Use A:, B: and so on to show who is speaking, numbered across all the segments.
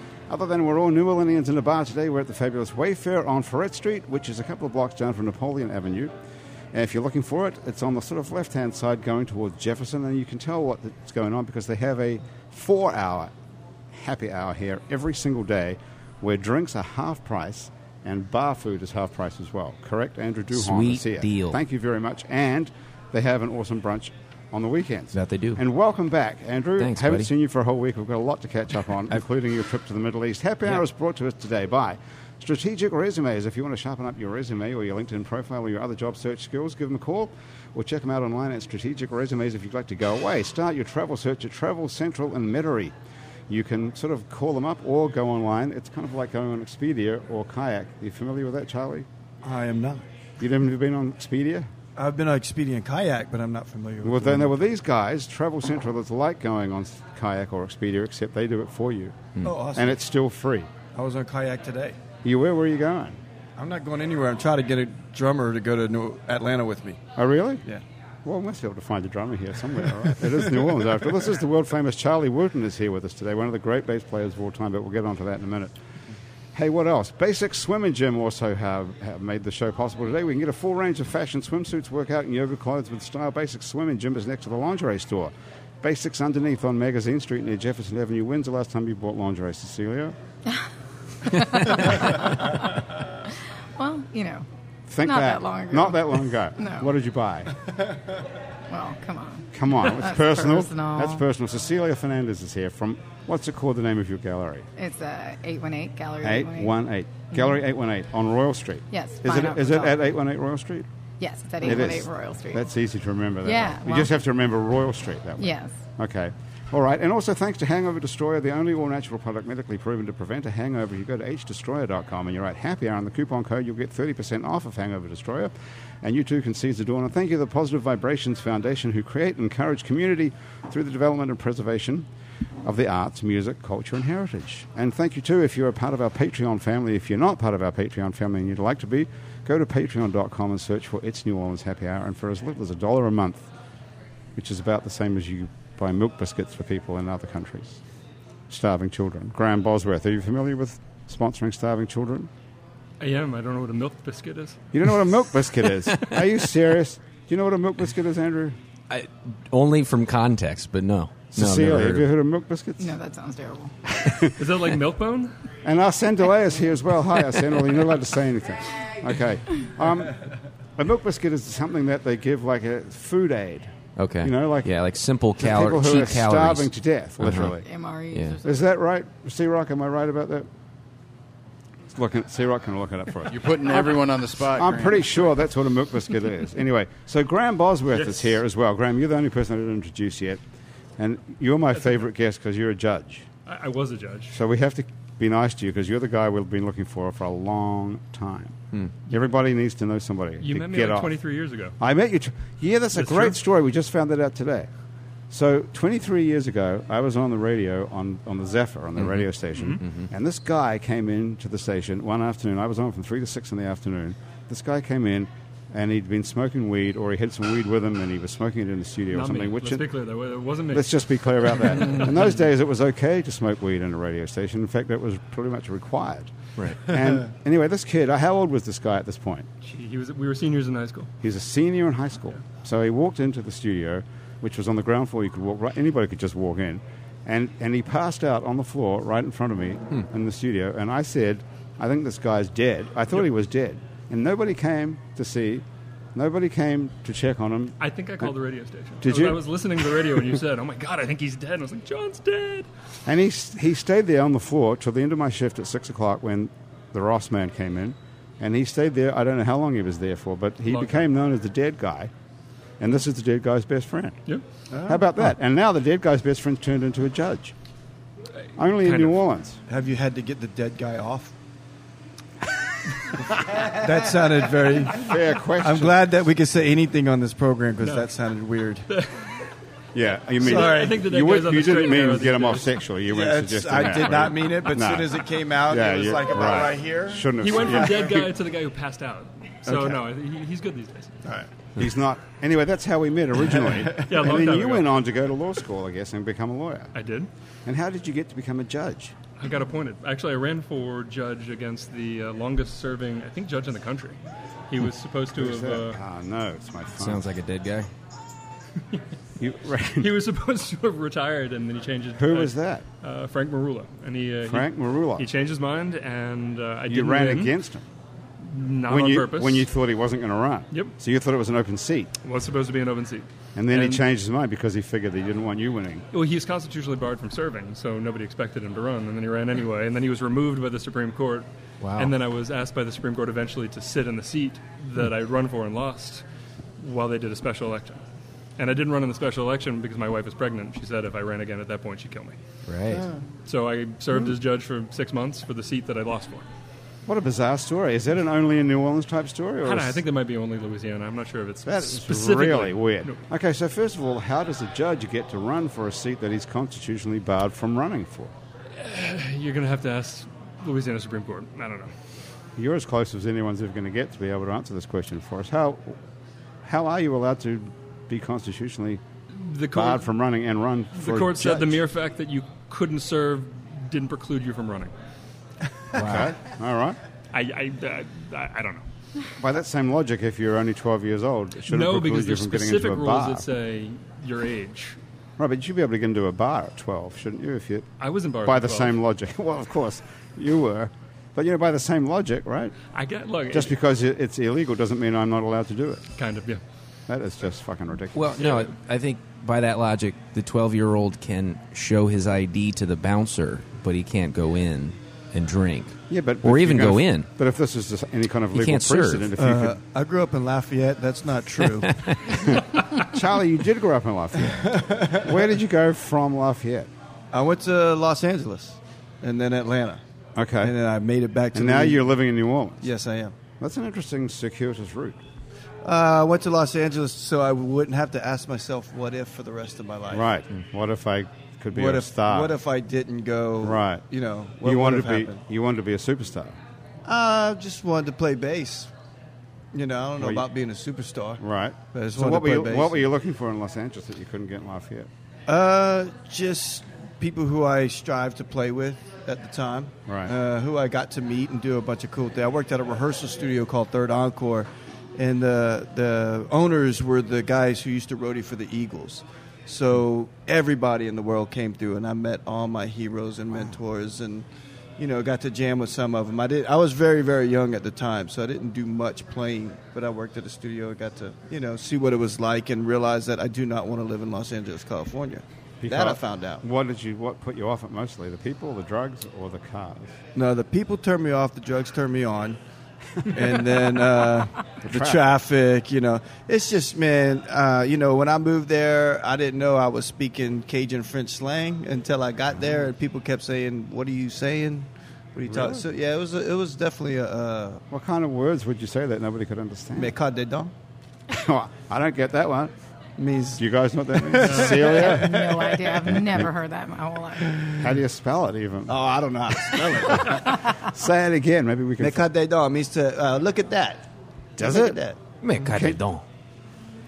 A: Other than we're all New Orleanians in a bar today, we're at the fabulous Wayfair on Ferret Street, which is a couple of blocks down from Napoleon Avenue. And if you're looking for it, it's on the sort of left hand side going towards Jefferson, and you can tell what's going on because they have a four hour happy hour here every single day where drinks are half price and bar food is half price as well. Correct, Andrew Duhon
B: Sweet
A: is here.
B: deal.
A: Thank you very much. And they have an awesome brunch on the weekends.
B: That they do.
A: And welcome back, Andrew.
B: Thanks,
A: Haven't
B: buddy.
A: seen you for a whole week. We've got a lot to catch up on, including your trip to the Middle East. Happy Hour is brought to us today by Strategic Resumes. If you want to sharpen up your resume or your LinkedIn profile or your other job search skills, give them a call or check them out online at Strategic Resumes if you'd like to go away. Start your travel search at Travel Central and Metairie. You can sort of call them up or go online. It's kind of like going on Expedia or Kayak. Are you familiar with that, Charlie?
C: I am not.
A: You've never been on Expedia?
C: I've been on Expedient Kayak, but I'm not familiar
A: Well,
C: with
A: then
C: them.
B: Mm.
A: there were these guys, Travel Central, that's like going on Kayak or Expedia, except they do it for you.
C: Oh, awesome.
A: And it's still free.
C: I was on Kayak today.
A: You where were you going?
C: I'm not going anywhere. I'm trying to get a drummer to go to New Atlanta with me.
A: Oh, really?
C: Yeah.
A: Well, we must be able to find the drummer here somewhere. All right. it is New Orleans after all. This is the world famous Charlie Wooten is here with us today, one of the great bass players of all time. But we'll get onto that in a minute. Hey, what else? Basic Swim and Gym also have, have made the show possible today. We can get a full range of fashion swimsuits, workout, and yoga clothes with style. Basic Swim and Gym is next to the lingerie store. Basics underneath on Magazine Street near Jefferson Avenue. When's the last time you bought lingerie, Cecilia?
D: Well, you know.
A: Think
D: Not
A: back.
D: that long ago.
A: Not that long ago.
D: No.
A: What did you buy?
D: Well, come on.
A: Come on, it's
D: That's
A: personal.
D: personal.
A: That's personal. Cecilia Fernandez is here from what's it called? The name of your gallery?
D: It's uh, 818 Gallery
A: Eight
D: 818.
A: one eight gallery eight one eight on Royal Street.
D: Yes,
A: Is
D: fine
A: it
D: art
A: is it
D: result.
A: at eight one eight Royal Street?
D: Yes, it's at
A: It
D: 818
A: is.
D: Royal Street.
A: That's easy to remember. That
D: Yeah,
A: way. you
D: well-
A: just have to remember Royal Street that way.
D: Yes.
A: Okay. All right, and also thanks to Hangover Destroyer, the only all natural product medically proven to prevent a hangover. You go to hdestroyer.com and you write happy hour on the coupon code, you'll get 30% off of Hangover Destroyer, and you too can seize the dawn. And thank you to the Positive Vibrations Foundation, who create and encourage community through the development and preservation of the arts, music, culture, and heritage. And thank you too if you're a part of our Patreon family. If you're not part of our Patreon family and you'd like to be, go to patreon.com and search for It's New Orleans Happy Hour, and for as little as a dollar a month, which is about the same as you buy milk biscuits for people in other countries. Starving children. Graham Bosworth, are you familiar with sponsoring starving children?
E: I am. I don't know what a milk biscuit is.
A: You don't know what a milk biscuit is. Are you serious? Do you know what a milk biscuit is, Andrew?
B: I, only from context, but no. No, I've
A: Cecilia,
B: never heard
A: have you
B: of it.
A: heard of milk biscuits?
D: no, that sounds terrible.
E: Is that like Milkbone?
A: And Arsene Delay is here as well. Hi, Arsene. Well, you're not allowed to say anything. Okay. Um, a milk biscuit is something that they give like a food aid.
B: Okay.
A: You know, like
B: yeah, like simple
A: to
B: cal-
A: people who
B: cheap
A: are
B: calories. Uh-huh.
A: starving to death, literally.
D: MREs
B: Yeah.
D: or something.
A: Is that right, C Rock? Am I right about that? Looking, C Rock can look it up for us.
F: You're putting everyone on the spot.
A: I'm
F: Grant.
A: pretty sure that's what a milk biscuit is. Anyway, so Graham Bosworth is here as well. Graham, you're the only person I didn't introduce yet, and you're my favourite guest because you're a judge.
E: I, I was a judge.
A: So we have to be nice to you because you're the guy we've been looking for for a long time. Everybody needs to know somebody.
E: Hmm. You
A: to
E: met me
A: get
E: like
A: off.
E: 23 years ago.
A: I met you. Tw- yeah, that's a
E: That's
A: great
E: true.
A: story. We just found that out today. So, 23 years ago, I was on the radio on, on the Zephyr, on the
E: Mm-hmm.
A: radio station, and this guy came in to the station one afternoon. I was on from 3 to 6 in the afternoon. This guy came in, and he'd been smoking weed, or he had some weed with him, and he was smoking it in the studio or
E: Not me.
A: something. Which
E: Let's be clear, that it wasn't me.
A: Let's just be clear about that. In those days, it was okay to smoke weed in a radio station. In fact, it was pretty much required.
B: Right.
A: And anyway, this kid, how old was this guy at this point?
E: Gee, he was. We were seniors in high school.
A: He's a senior in high school. So he walked into the studio, which was on the ground floor. You could walk right, anybody could just walk in. And, and he passed out on the floor right in front of me in the studio. And I said, I think this guy's dead. I thought he was dead. And nobody came to see, nobody came to check on him.
E: I think I called the radio station. I
A: Did
E: was,
A: you?
E: I was listening to the radio and you said, "Oh my God, I think he's dead." And I was like, "John's dead."
A: And he, s- he stayed there on the floor till the end of my shift at 6 o'clock when the Ross man came in. And he stayed there. I don't know how long he was there for, but he
E: Long
A: became known as the dead guy. And this is the dead guy's best friend.
E: Yeah.
A: How about that? And now the dead guy's best friend turned into a judge. Only in
E: kind
A: New
E: of.
A: Orleans.
C: Have you had to get the dead guy off? That sounded very.
A: Fair question.
C: I'm glad that we could say anything on this program because that sounded weird.
A: Yeah, you mean
E: Sorry. I think that that
A: you,
E: goes on
A: you
E: the straight
A: didn't
E: and narrow
A: mean
E: these
A: get them
E: days.
A: off sexually. You
C: Yeah,
A: weren't
C: it's-
A: suggesting
C: I
A: that,
C: did
A: were
C: not
A: you?
C: mean it, but as
A: No.
C: soon as it came out,
A: yeah,
C: it was
A: you-
C: like about right, here.
A: Shouldn't have.
E: He went from
A: yeah.
E: dead guy to the guy who passed out. So
A: Okay.
E: no, he, he's good these days.
A: He's not. Anyway, that's how we met originally.
E: Yeah, a long
A: and then
E: time
A: you
E: ago.
A: went on to go to law school, I guess, and become a lawyer.
E: I did.
A: And how did you get to become a judge?
E: I got appointed. Actually, I ran for judge against the uh, longest-serving, I think, judge in the country. He was supposed to
A: Who's
E: have.
A: that?
E: Uh,
A: Ah, no, it's my phone.
B: Sounds like a dead guy.
A: you,
E: uh, he was supposed to have retired, and then he changed. it-
A: Who
E: uh,
A: was that?
E: Uh, Frank Marula, and he uh, he-
A: Frank Marula.
E: He changed his mind, and uh, I
A: You
E: didn't
A: ran
E: win,
A: against him
E: not
A: when
E: on
A: you
E: purpose.
A: when you thought he wasn't going to run.
E: Yep.
A: So you thought it was an open seat,
E: It was supposed to be an open seat,
A: and then he changed his mind because he figured he didn't want you winning.
E: Well, he was constitutionally barred from serving, so nobody expected him to run, and then he ran anyway, and then he was removed by the Supreme Court.
B: Wow.
E: And then I was asked by the Supreme Court eventually to sit in the seat that I'd run for and lost while they did a special election. And I didn't run in the special election because my wife was pregnant. She said if I ran again at that point, she'd kill me.
B: Right.
E: So I served
A: Hmm.
E: as judge for six months for the seat that I lost for.
A: What a bizarre story! Is that an only in New Orleans type story? Or
E: I, don't know,
A: is-
E: I think that might be only Louisiana. I'm not sure if it's
A: That's
E: specifically.
A: really weird.
E: No.
A: Okay, so first of all, how does a judge get to run for a seat that he's constitutionally barred from running for?
E: You're going to have to ask Louisiana Supreme Court. I don't know.
A: You're as close as anyone's ever going to get to be able to answer this question for us. How how are you allowed to be constitutionally
E: The court,
A: barred from running and run for
E: The
A: a
E: court said the
A: judge?
E: mere fact that you couldn't serve didn't preclude you from running.
A: Okay, all right.
E: I, I, I, I don't know.
A: By that same logic, if you're only 12 years old, it shouldn't
E: no,
A: preclude
E: because
A: you
E: there's
A: from getting into
E: specific
A: a
E: rules
A: bar.
E: that say your age.
A: Right, but you should be able to get into a bar at 12, shouldn't you? If you
E: I wasn't barred
A: by
E: at
A: the
E: 12.
A: same logic. Well, of course, you were. But, you know, by the same logic, right?
E: I get look
A: Just because it- it's illegal doesn't mean I'm not allowed to do it.
E: kind of yeah.
A: That is just fucking ridiculous.
B: Well, no, I think by that logic, the 12 year old can show his ID to the bouncer, but he can't go in and drink.
A: yeah, but
B: or
A: if
B: even
A: you're
B: go
A: gonna-
B: in.
A: But if this is just any kind of
B: You
A: legal
B: can't serve.
A: precedent, if you
C: Uh, I grew up in Lafayette. That's not true. Uh.
A: could, Charlie, you did grow up in Lafayette. Where did you go from Lafayette?
C: I went to Los Angeles and then Atlanta.
A: Okay,
C: And then I made it back to
A: and now
C: Louis-
A: you're living in New Orleans.
C: Yes, I am.
A: That's an interesting circuitous route.
C: Uh, I went to Los Angeles so I wouldn't have to ask myself what if for the rest of my life.
A: Right. What if I could be
C: What
A: a
C: if
A: star?
C: what if I didn't go
A: Right.
C: You know, what
A: you
C: would
A: wanted
C: have
A: to be
C: happened?
A: you wanted to be a superstar.
C: I just wanted to play bass. You know, I don't know
A: Well, you-
C: about being a superstar.
A: Right.
C: But I just
A: So
C: wanted
A: what
C: to
A: were
C: play
A: you
C: bass.
A: what were you looking for in Los Angeles that you couldn't get in Lafayette?
C: Uh, just people who I strive to play with at the time.
A: Right.
C: Uh, who I got to meet and do a bunch of cool things. I worked at a rehearsal studio called Third Encore, and the the owners were the guys who used to roadie for the Eagles. So everybody in the world came through, and I met all my heroes and mentors, and you know got to jam with some of them. I did. I was very very young at the time, so I didn't do much playing, but I worked at a studio. and got to you know see what it was like and realize that I do not want to live in Los Angeles, California. that I
A: Because-
C: found out.
A: What did you what put you off it mostly? The people, the drugs, or the cars?
C: No, the people turn me off, the drugs turn me on, and then uh, the
A: traffic.
C: traffic. You know, it's just man. Uh, you know, when I moved there, I didn't know I was speaking Cajun French slang until I got there, and people kept saying, "What are you saying? What are you talking?"
A: Really?
C: So yeah, it was it was definitely a uh,
A: What kind of words would you say that nobody could understand?
C: mécard dedans
A: Oh, I don't get that one.
C: means
A: Do you guys know what that means? Celia?
D: No idea. I've never heard that in my whole life.
A: How do you spell it even?
C: oh I don't know how to spell it.
A: Say it again. Maybe we can.
C: mécard dedans means to uh, look at that.
A: Does
C: look
A: it?
C: At that.
B: Mais carrément.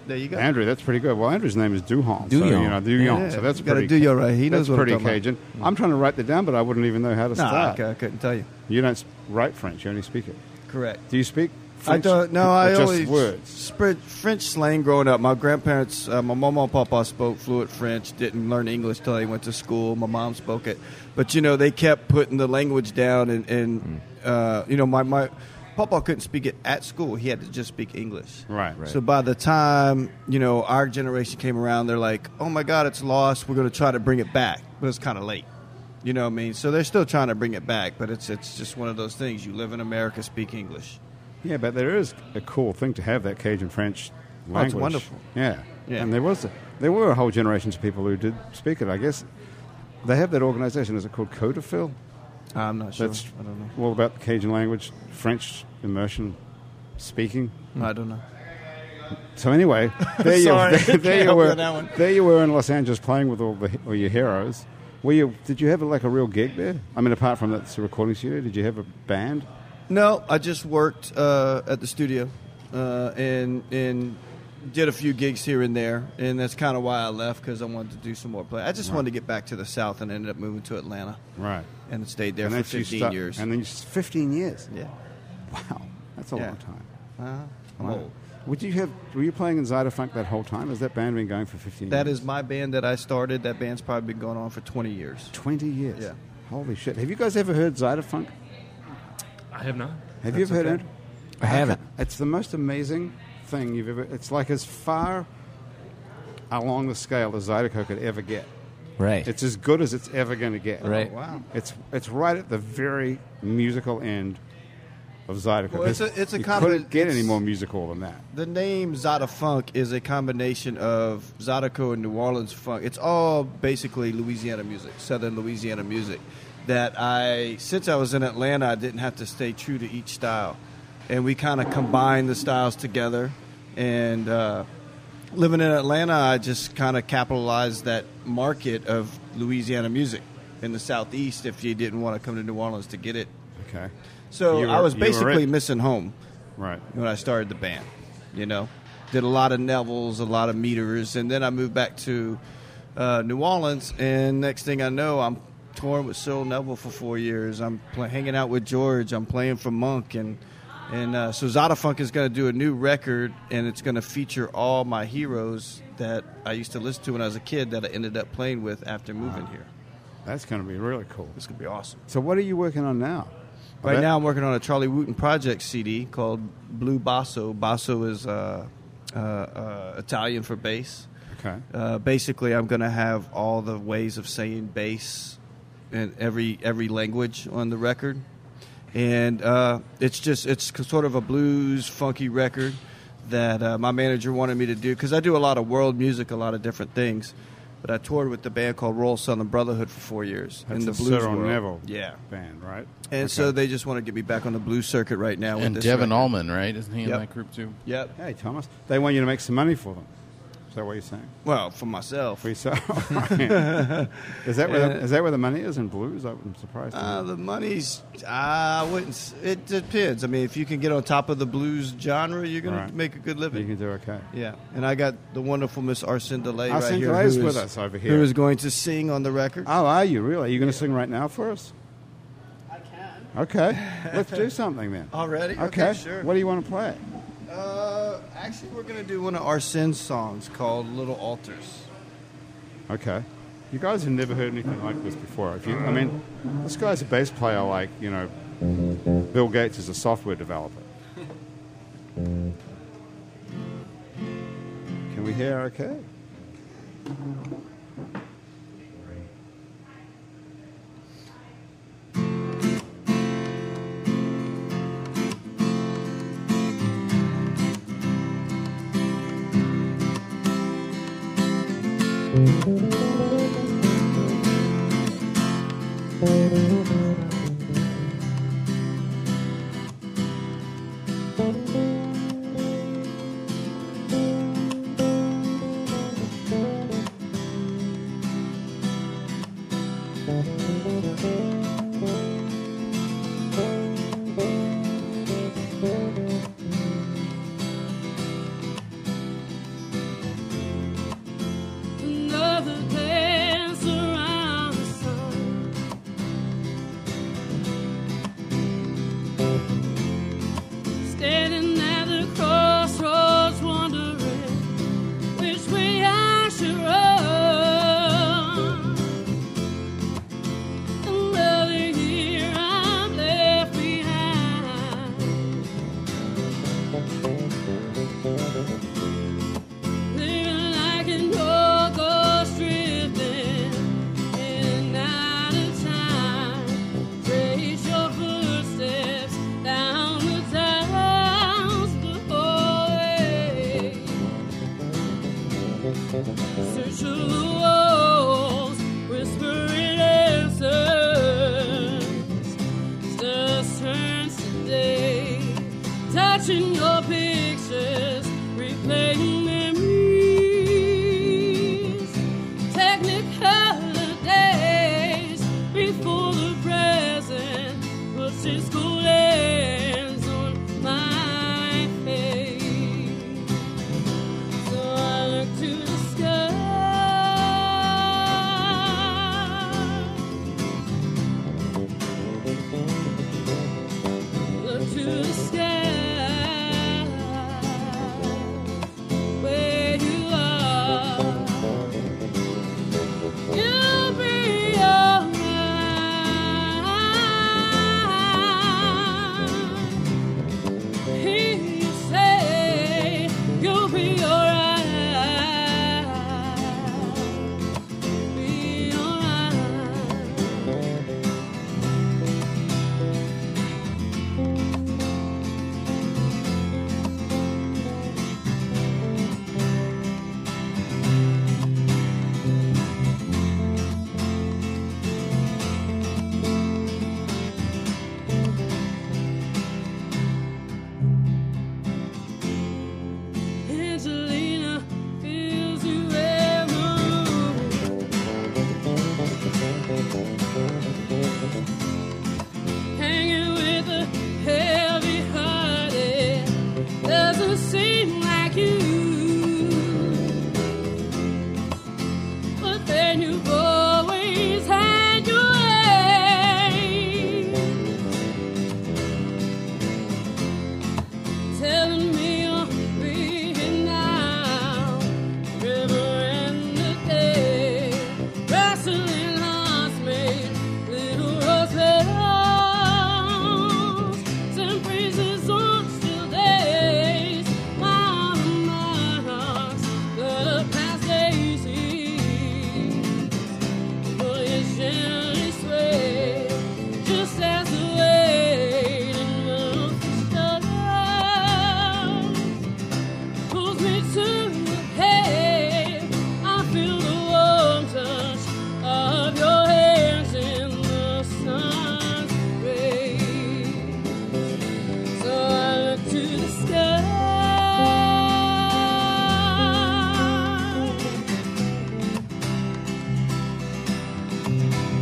C: There you go.
A: Andrew, that's pretty good. Well, Andrew's name is Duhon. So, you
B: Duhon.
A: know, Duhon.
C: Yeah,
A: So that's
C: you gotta
A: pretty.
C: do your right. He knows
A: that's
C: what I'm
A: pretty
C: talking about.
A: Cajun. I'm trying to write that down, but I wouldn't even know how to
C: Nah,
A: start.
C: okay, I couldn't tell you.
A: You don't s- write French. You only speak it.
C: Correct.
A: Do you speak?
C: I
A: French?
C: don't know.
A: Or
C: I
A: just
C: always
A: words.
C: spread French slang growing up. My grandparents, uh, my mom and papa spoke fluent French. Didn't learn English till they went to school. My mom spoke it, but you know they kept putting the language down, and,
A: Hmm.
C: and uh, you know my my papa couldn't speak it at school. He had to just speak English.
A: Right. Right.
C: So by the time you know our generation came around, they're like, "Oh my God, it's lost. We're going to try to bring it back," but it's kind of late. You know what I mean? So they're still trying to bring it back, but it's it's just one of those things. You live in America, speak English.
A: Yeah, but there is a cool thing to have that Cajun French language.
C: Oh, it's wonderful.
A: Yeah.
C: Yeah.
A: And there was a, there were a whole generation of people who did speak it. I guess they have that organization. Is it called Codafil?
C: Uh, I'm not sure.
A: That's
C: I don't know.
A: all about the Cajun language, French immersion speaking.
C: I don't know.
A: So anyway, there you
C: Sorry,
A: there,
C: can't
A: you
C: help you
A: were
C: on that one.
A: there you were in Los Angeles playing with all the all your heroes. Were you did you have like a real gig there? I mean, apart from that's a recording studio, did you have a band?
C: No, I just worked uh, at the studio uh, and and did a few gigs here and there, and that's kind of why I left because I wanted to do some more play. I just wanted to get back to the South and ended up moving to Atlanta
A: Right.
C: and stayed there
A: And
C: for
A: that's you
C: 15
A: start-
C: years.
A: And then you, 15 years.
C: yeah,
A: Wow, that's a
C: Yeah.
A: long time.
C: uh, I'm
A: Wow.
C: old.
A: Would you have? Were you playing in Zydefunk that whole time? Has that band been going for 15?
C: That
A: years?
C: is my band that I started. That band's probably been going on for 20 years.
A: 20 years.
C: Yeah.
A: Holy shit! Have you guys ever heard Zydefunk?
E: I have not.
A: Have you ever heard it?
B: I haven't.
A: It's the most amazing thing you've ever. It's like as far along the scale as Zydeco could ever get.
B: Right.
A: It's as good as it's ever going to get.
B: Right.
C: Wow.
A: It's it's right at the very musical end of Zydeco.
C: Well, it's a- it's a
A: you
C: combina-
A: couldn't get any
C: it's-
A: more musical than that.
C: The name Zada Funk is a combination of Zydeco and New Orleans funk. It's all basically Louisiana music, Southern Louisiana music. That I, since I was in Atlanta, I didn't have to stay true to each style, and we kind of combined the styles together. And uh, living in Atlanta, I just kind of capitalized that market of Louisiana music in the Southeast. If you didn't want to come to New Orleans to get it,
A: Okay.
C: so
A: You were-
C: I was
A: you were it.
C: basically missing home
A: Right.
C: when I started the band. You know, did a lot of Neville's, a lot of meters, and then I moved back to uh, New Orleans. And next thing I know, I'm touring with Cyril Neville for four years. I'm pl- hanging out with George. I'm playing for Monk, and and uh, so Zada Funk is going to do a new record, and it's going to feature all my heroes that I used to listen to when I was a kid that I ended up playing with after moving here.
A: That's going to be really cool.
C: It's going to be awesome.
A: So what are you working on now?
C: Right
A: That-
C: now, I'm working on a Charlie Wooten project CD called Blue Basso. Basso is uh, uh, uh, Italian for bass.
A: Okay.
C: Uh, basically, I'm going to have all the ways of saying bass in every every language on the record, and uh, it's just it's c- sort of a blues funky record that uh, my manager wanted me to do because I do a lot of world music, a lot of different things. But I toured with the band called Royal Southern Brotherhood for four years
A: That's
C: in the
A: a
C: blues
A: Cyril
C: world.
A: Neville
C: Yeah,
A: band, right?
C: and
A: Okay.
C: so they just want to get me back on the blue circuit right now. with
F: And
C: this
F: Devin
C: record.
F: Allman, right? Isn't he in
C: Yep.
F: that group too?
C: Yep.
A: Hey, Thomas, they want you to make some money for them. Is that what you're saying?
C: Well, for myself.
A: For yourself? is, that where the,
C: Yeah.
A: is that where the money is in blues? I'm surprised.
C: Uh, the money's. I wouldn't. s- It depends. I mean, if you can get on top of the blues genre, you're gonna
A: Right.
C: make a good
A: you
C: living.
A: can do okay.
C: yeah, and I got the wonderful Miss Arsene Delay right
A: Arsene
C: here.
A: Delay is
C: who
A: with us over here.
C: Who is going to sing on the record?
A: Oh, are you really? Are you going to sing right now for us? I can. Okay, let's do something then.
C: Already?
A: Okay.
C: Okay, sure.
A: What do you want to play?
C: Uh, actually, we're gonna do one of Arsene's songs called "Little Altars."
A: Okay. You guys have never heard anything like this before. If you, I mean, this guy's a bass player like, you know, Bill Gates is a software developer. Can we hear okay?
G: Another dance around the sun. Standing at the crossroads, wondering which way I should run. Another year I'm left behind. Living like an old ghost drifting in and out of time. Trace your footsteps down the tiles before. Search the walls, whispering answers. touching your pictures, replaying memories, technicolor days before the present puts its cool hands on my face. So I look to the sky. Look to the sky where you are. You'll be alright. Hear you say you'll be alright. Be alright. Angelina feels you ever Hanging with a heavy heart, it doesn't seem like you. But then you've always had your way. telling me I'm being now, river and the day, wrestling hearts made little roses, and praises on still days, while the monarchs that are past daisies. For his generous way, just as the waiting moon stutters, pulls me to the hay. I feel the warm touch of your hands in the sun's rays. So I look to the sky.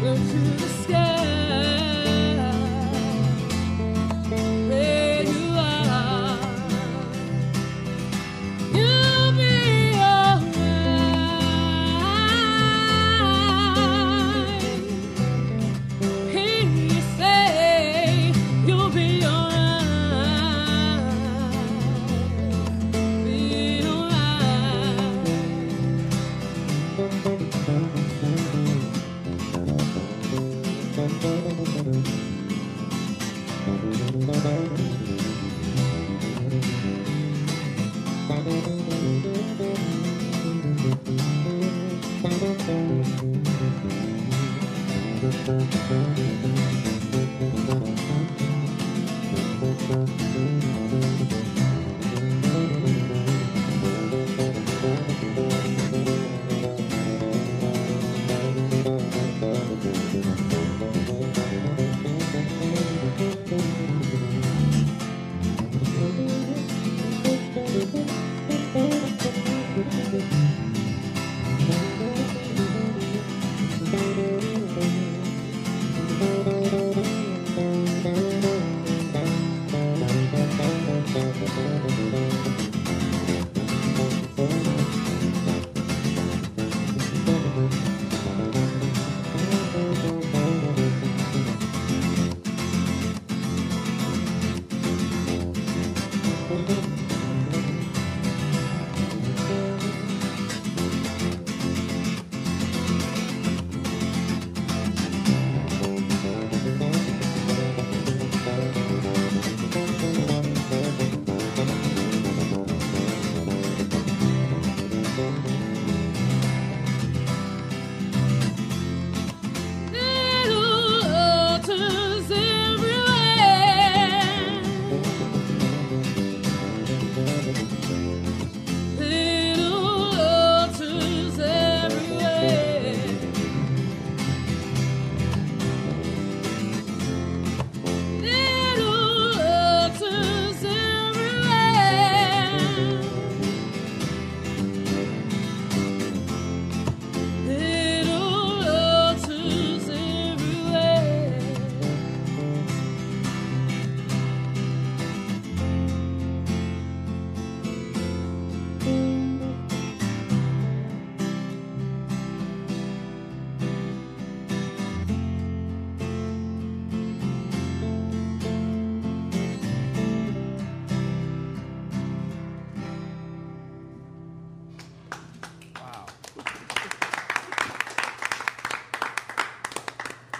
G: Look to the sky where you are. You'll be alright. Hear you say you'll be alright. Be alright.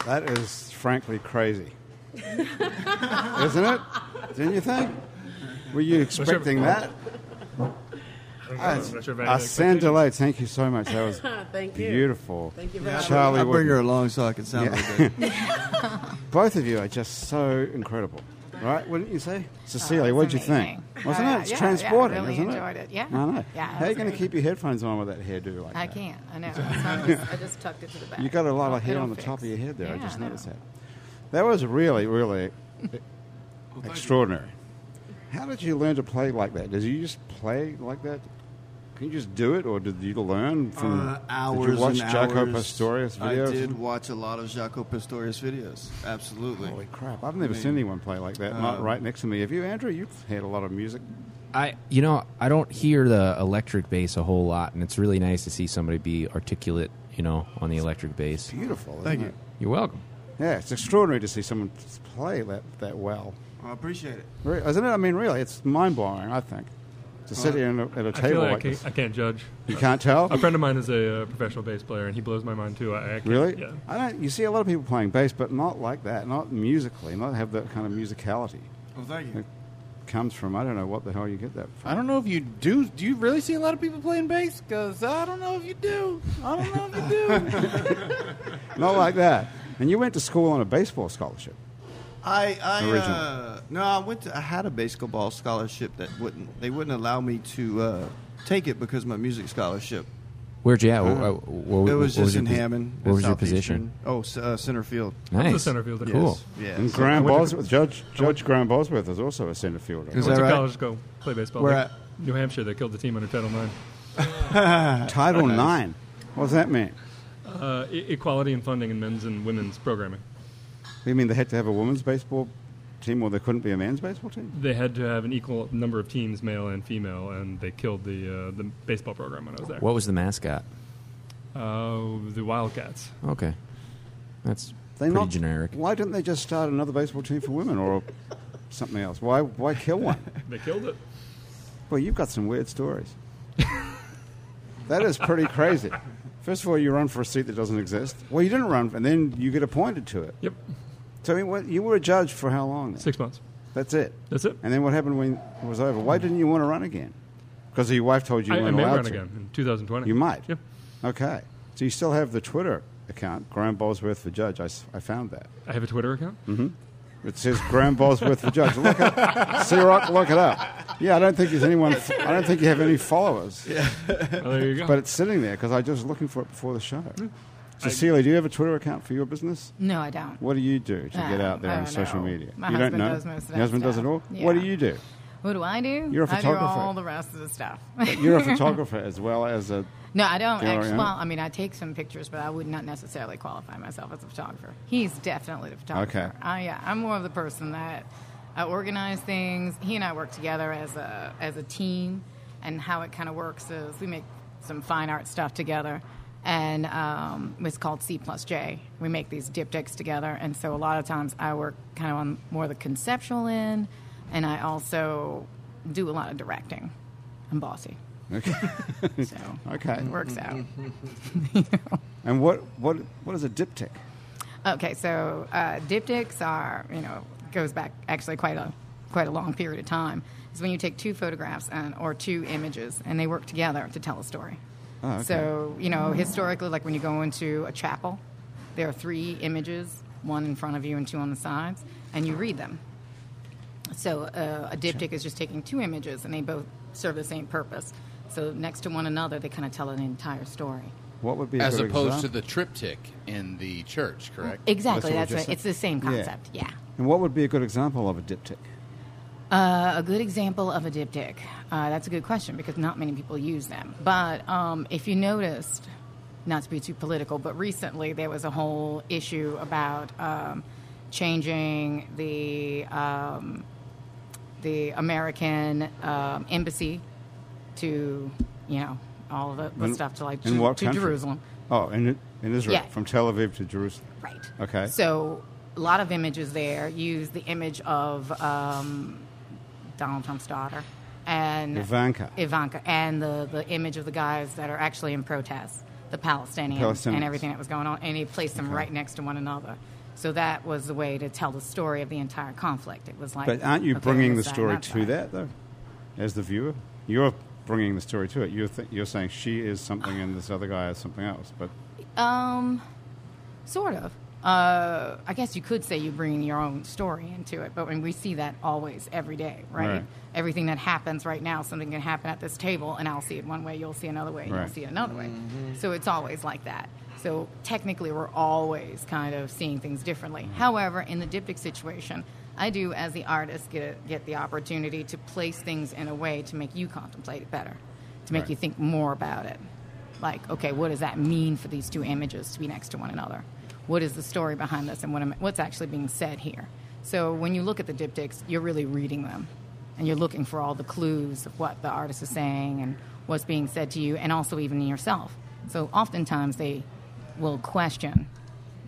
A: That is frankly crazy. Isn't it? Didn't you think? Were you expecting that?
E: I'm not sure if
A: I
E: anybody
A: send
E: expected it.
A: delay. Thank you so much. That was
F: Thank you.
A: beautiful.
F: Thank you very much.
A: Charlie,
C: I'll bring
A: Wooden.
C: her along so I can sound
A: Yeah.
C: like that.
A: both of you are just so incredible, right? Wouldn't you say, Cecilia?
D: Oh,
A: what
D: it's
A: did you think?
D: amazing.
A: Wasn't
D: Uh,
A: it? It's
D: yeah, yeah,
A: transporting,
D: really
A: isn't
D: enjoyed it. Yeah.
A: I know.
D: Yeah,
A: How are you
D: that's
A: going
D: great.
A: to keep your headphones on with that hairdo like
D: I
A: that?
D: can't. I know.
F: I just, I just tucked it to the back.
A: You got a lot of hair
D: It'll
A: on the
D: fix.
A: top of your head there. I
D: Yeah,
A: just
D: I know.
A: noticed that. That was really, really extraordinary. How did you learn to play like that? Did you just play like that? Can you just do it, or did you learn from?
C: Uh,
A: did you
C: hours
A: watch
C: and
A: Jaco
C: hours.
A: Pastorius videos?
C: I did watch a lot of Jaco Pastorius videos. Absolutely.
A: Holy crap! I've never seen anyone play like that. Not right next to me. Have you, Andrew? You've had a lot of music.
B: I you know I don't hear the electric bass a whole lot, and it's really nice to see somebody be articulate, you know, on the electric bass.
A: Beautiful. Isn't
C: Thank you.
A: it?
B: You're welcome.
A: Yeah, it's extraordinary to see someone play that, that well.
C: I appreciate it.
A: Re- Isn't it? I mean, really, it's mind blowing. I think to sit here in a, at a
E: I feel
A: table
E: like I
A: like
E: can't,
A: this,
E: I can't judge.
A: you can't tell.
E: A friend of mine is a uh, professional bass player, and he blows my mind too. I, I can't-
A: Really?
E: Yeah.
A: I don't. You see a lot of people playing bass, but not like that. Not musically. Not have that kind of musicality.
C: Well, thank you.
A: It comes from I don't know what the hell you get that from.
H: I don't know if you do. Do you really see a lot of people playing bass? Because I don't know if you do. I don't know if you do.
A: Not like that. And you went to school on a baseball scholarship.
C: I, I
A: Original.
C: uh, no, I went. To, I had a basketball scholarship that wouldn't. They wouldn't allow me to uh, take it because of my music scholarship.
B: Where'd you at? Wh- wh- wh-
C: It was
B: what
C: just
B: your
C: in
B: posi-
C: Hammond.
B: What
C: at
B: was your
C: Southeastern.
B: position?
C: Oh, s- uh, center field.
B: Nice.
E: a center fielder.
C: Yes.
B: Cool.
C: Yeah.
A: And
C: So
E: I
A: Graham
E: went to-
A: Bosworth, Judge Judge Graham Bosworth, is also a center fielder.
E: I went
C: Is that
E: to
C: right?
E: college to go play baseball.
C: Where
E: They-
C: at?
E: New Hampshire. They killed the team under Title IX.
A: Title Nine. What does that mean?
E: Uh, e- equality in funding in men's and women's programming.
A: You mean they had to have a women's baseball team, or there couldn't be a men's baseball team?
E: They had to have an equal number of teams, male and female, and they killed the uh, the baseball program when I was there.
B: What was the mascot?
E: Uh, the Wildcats.
B: Okay, that's
A: They
B: pretty
A: not
B: generic.
A: Why didn't they just start another baseball team for women, or something else? Why why kill one?
E: They killed it.
A: Well, you've got some weird stories. that is pretty crazy. First of all, you run for a seat that doesn't exist. Well, you didn't run, and then you get appointed to it.
E: Yep.
A: So I mean, what, you were a judge for how long? then?
E: Six months.
A: That's it.
E: That's it.
A: And then what happened when it was over? Why didn't you want to run again? Because your wife told you
E: I,
A: you
E: I
A: weren't
E: may
A: allowed
E: run
A: to.
E: again in 2020.
A: You might.
E: Yep.
A: Okay. So you still have the Twitter account, Graham Bosworth for Judge. I, s- I found that.
E: I have a Twitter account.
A: Mm-hmm. It says Graham Bosworth for Judge. Look it C-Rock, look it up. Yeah, I don't think there's anyone. I don't think you have any followers.
E: Oh, there you go.
A: But it's sitting there because I was just looking for it before the show. Cecilia, do you have a Twitter account for your business?
D: No, I don't.
A: What do you do to
D: Uh,
A: get out there
D: I
A: on
D: don't
A: social
D: know.
A: media?
D: My
A: you don't
D: husband
A: know.
D: does most of
A: Your
D: that
A: husband does it
D: stuff.
A: all.
D: Yeah.
A: What do you do?
D: What do I do?
A: You're a photographer.
D: I do all the rest of the stuff.
A: You're a photographer as well as a.
D: no, I don't.
A: You're all
D: Actually,
A: right.
D: well, I mean, I take some pictures, but I would not necessarily qualify myself as a photographer. He's definitely the photographer.
A: Okay.
D: Uh, yeah, I'm more of the person that I organize things. He and I work together as a as a team, and how it kind of works is we make some fine art stuff together, and um, it's called C plus J. We make these diptychs together, and so a lot of times I work kind of on more the conceptual end, and I also do a lot of directing. I'm bossy,
A: Okay.
D: so
A: okay.
D: it works out.
A: And what what what is a diptych?
D: Okay, so uh, diptychs are, you know, goes back actually quite a quite a long period of time. Is when you take two photographs and, or two images and they work together to tell a story.
A: Oh, okay.
D: So you know, historically, like when you go into a chapel, there are three images, one in front of you and two on the sides, and you read them. So uh, a diptych is just taking two images and they both serve the same purpose. So next to one another, they kind of tell an entire story.
A: What would be a
H: As
A: good
H: opposed to
A: example?
H: the triptych in the church, correct?
D: Exactly.
A: That's what we
D: That's,
A: just
D: right.
A: said.
D: It's the same
A: Yeah.
D: concept. yeah.
A: And what would be a good example of a diptych?
D: Uh, a good example of a diptych. Uh, that's a good question because not many people use them. But um, if you noticed, not to be too political, but recently there was a whole issue about um, changing the um, the American um, embassy to you know all the, the
A: In-
D: stuff to like
A: in
D: Ju-
A: what
D: to
A: country?
D: Jerusalem.
A: Oh, in in Israel,
D: Yeah.
A: from Tel Aviv to Jerusalem.
D: Right.
A: Okay.
D: So a lot of images there use the image of um, Donald Trump's daughter and
A: Ivanka.
D: Ivanka, and the, the image of the guys that are actually in protest, the Palestinians,
A: Palestinians.
D: and everything that was going on, and he placed them right next to one another. So that was the way to tell the story of the entire conflict. It was like,
A: But aren't you
D: okay,
A: bringing the
D: this side,
A: story
D: that
A: to
D: side.
A: that though, as the viewer? You're bringing the story to it. You're th- you're saying she is something and this other guy is something else. But
D: Um, sort of. Uh, I guess you could say you bring your own story into it, but when we see that always every day, right?
A: Right.
D: Everything that happens right now, something can happen at this table, and I'll see it one way, you'll see another way, and
A: Right.
D: you'll see it another way. So it's always like that. So technically, we're always kind of seeing things differently.
A: Mm-hmm.
D: However, in the diptych situation, I do, as the artist, get get the opportunity to place things in a way to make you contemplate it better, to make
A: Right.
D: you think more about it like, okay, what does that mean for these two images to be next to one another? What is the story behind this, and what am, what's actually being said here? So when you look at the diptychs, you're really reading them, and you're looking for all the clues of what the artist is saying and what's being said to you, and also even in yourself. So oftentimes they will question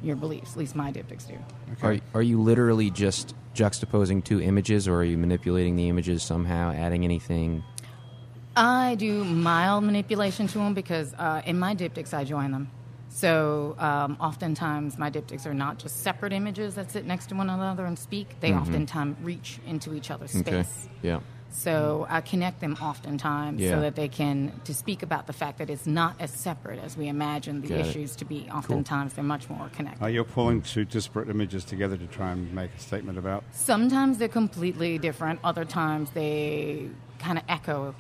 D: your beliefs. At least my diptychs do.
B: Are, are you literally just juxtaposing two images, or are you manipulating the images somehow, adding anything?
D: I do mild manipulation to them because uh, in my diptychs I join them. So um, oftentimes my diptychs are not just separate images that sit next to one another and speak.
A: Mm-hmm.
D: They oftentimes reach into each other's space.
B: Yeah.
D: So I connect them oftentimes
B: Yeah.
D: so that they can to speak about the fact that it's not as separate as we imagine the
B: Got it.
D: issues to be. Oftentimes they're much more connected.
A: are you pulling two disparate images together to try and make a statement about?
D: Sometimes they're completely different. Other times they kind of echo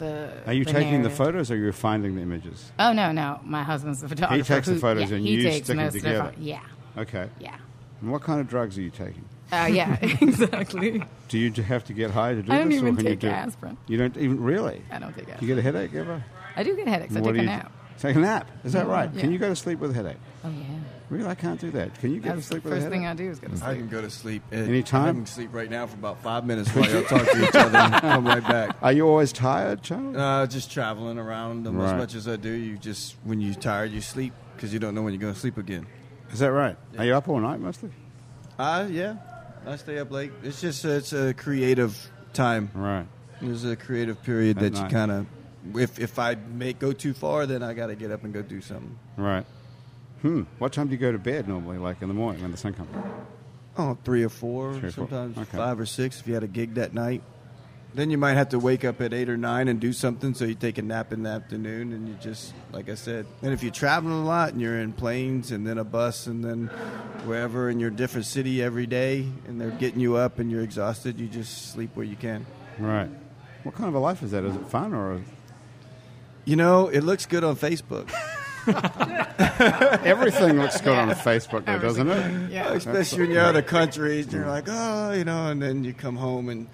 D: the.
A: Are you taking the
D: narrative.
A: photos or are you finding the images?
D: Oh no, no, my husband's the photographer.
A: takes the
D: who-
A: photos
D: yeah,
A: and
D: he
A: you
D: takes
A: stick 'em
D: most of the
A: together.
D: pho- yeah,
A: Okay.
D: yeah,
A: And what kind of drugs are you taking?
D: uh, yeah, exactly.
A: Do you have to get high to do
D: I don't
A: this, or
D: even
A: can
D: take
A: you do?
D: aspirin.
A: You don't even really.
D: I don't think
A: Do
D: I.
A: you get a headache ever?
D: I do get headaches. I
A: What
D: take
A: do
D: a
A: you-
D: nap. Mm-hmm.
A: Take a nap. Is that right? Can
D: yeah.
A: you go to sleep with a headache?
D: Oh yeah.
A: Really, I can't do that. Can you get to
D: That's the
A: sleep with a
D: first
A: headache?
D: thing I do is go to
C: I
D: sleep.
C: can go to sleep at-
A: Anytime?
C: I can sleep right now for about five minutes while y'all talk to each other and come right back.
A: Are you always tired, Charles?
C: Uh, just traveling around them
A: Right.
C: as much as I do. You just when you're tired, you sleep because you don't know when you're going to sleep again.
A: Is that right? Are you up all night mostly?
C: Uh, yeah, I stay up late. It's just uh, it's a creative time.
A: Right.
C: There's a creative period
A: At
C: that
A: night.
C: you kind of. If if I make go too far, then I got to get up and go do something.
A: Right. Hmm. What time do you go to bed normally, like in the morning when the sun comes up?
C: Oh, three or four,
A: Three or four.
C: sometimes
A: Okay.
C: five or six if you had a gig that night. Then you might have to wake up at eight or nine and do something, so you take a nap in the afternoon, and you just, like I said, and if you're traveling a lot and you're in planes and then a bus and then wherever in your different city every day, and they're getting you up and you're exhausted, you just sleep where you can.
A: Right. What kind of a life is that? Is it fun or
C: You know, it looks good on Facebook,
A: everything looks good on Facebook, though,
D: Everything.
A: doesn't it?
D: Yeah.
C: especially when you're out of countries. and You're like, oh, you know, and then you come home and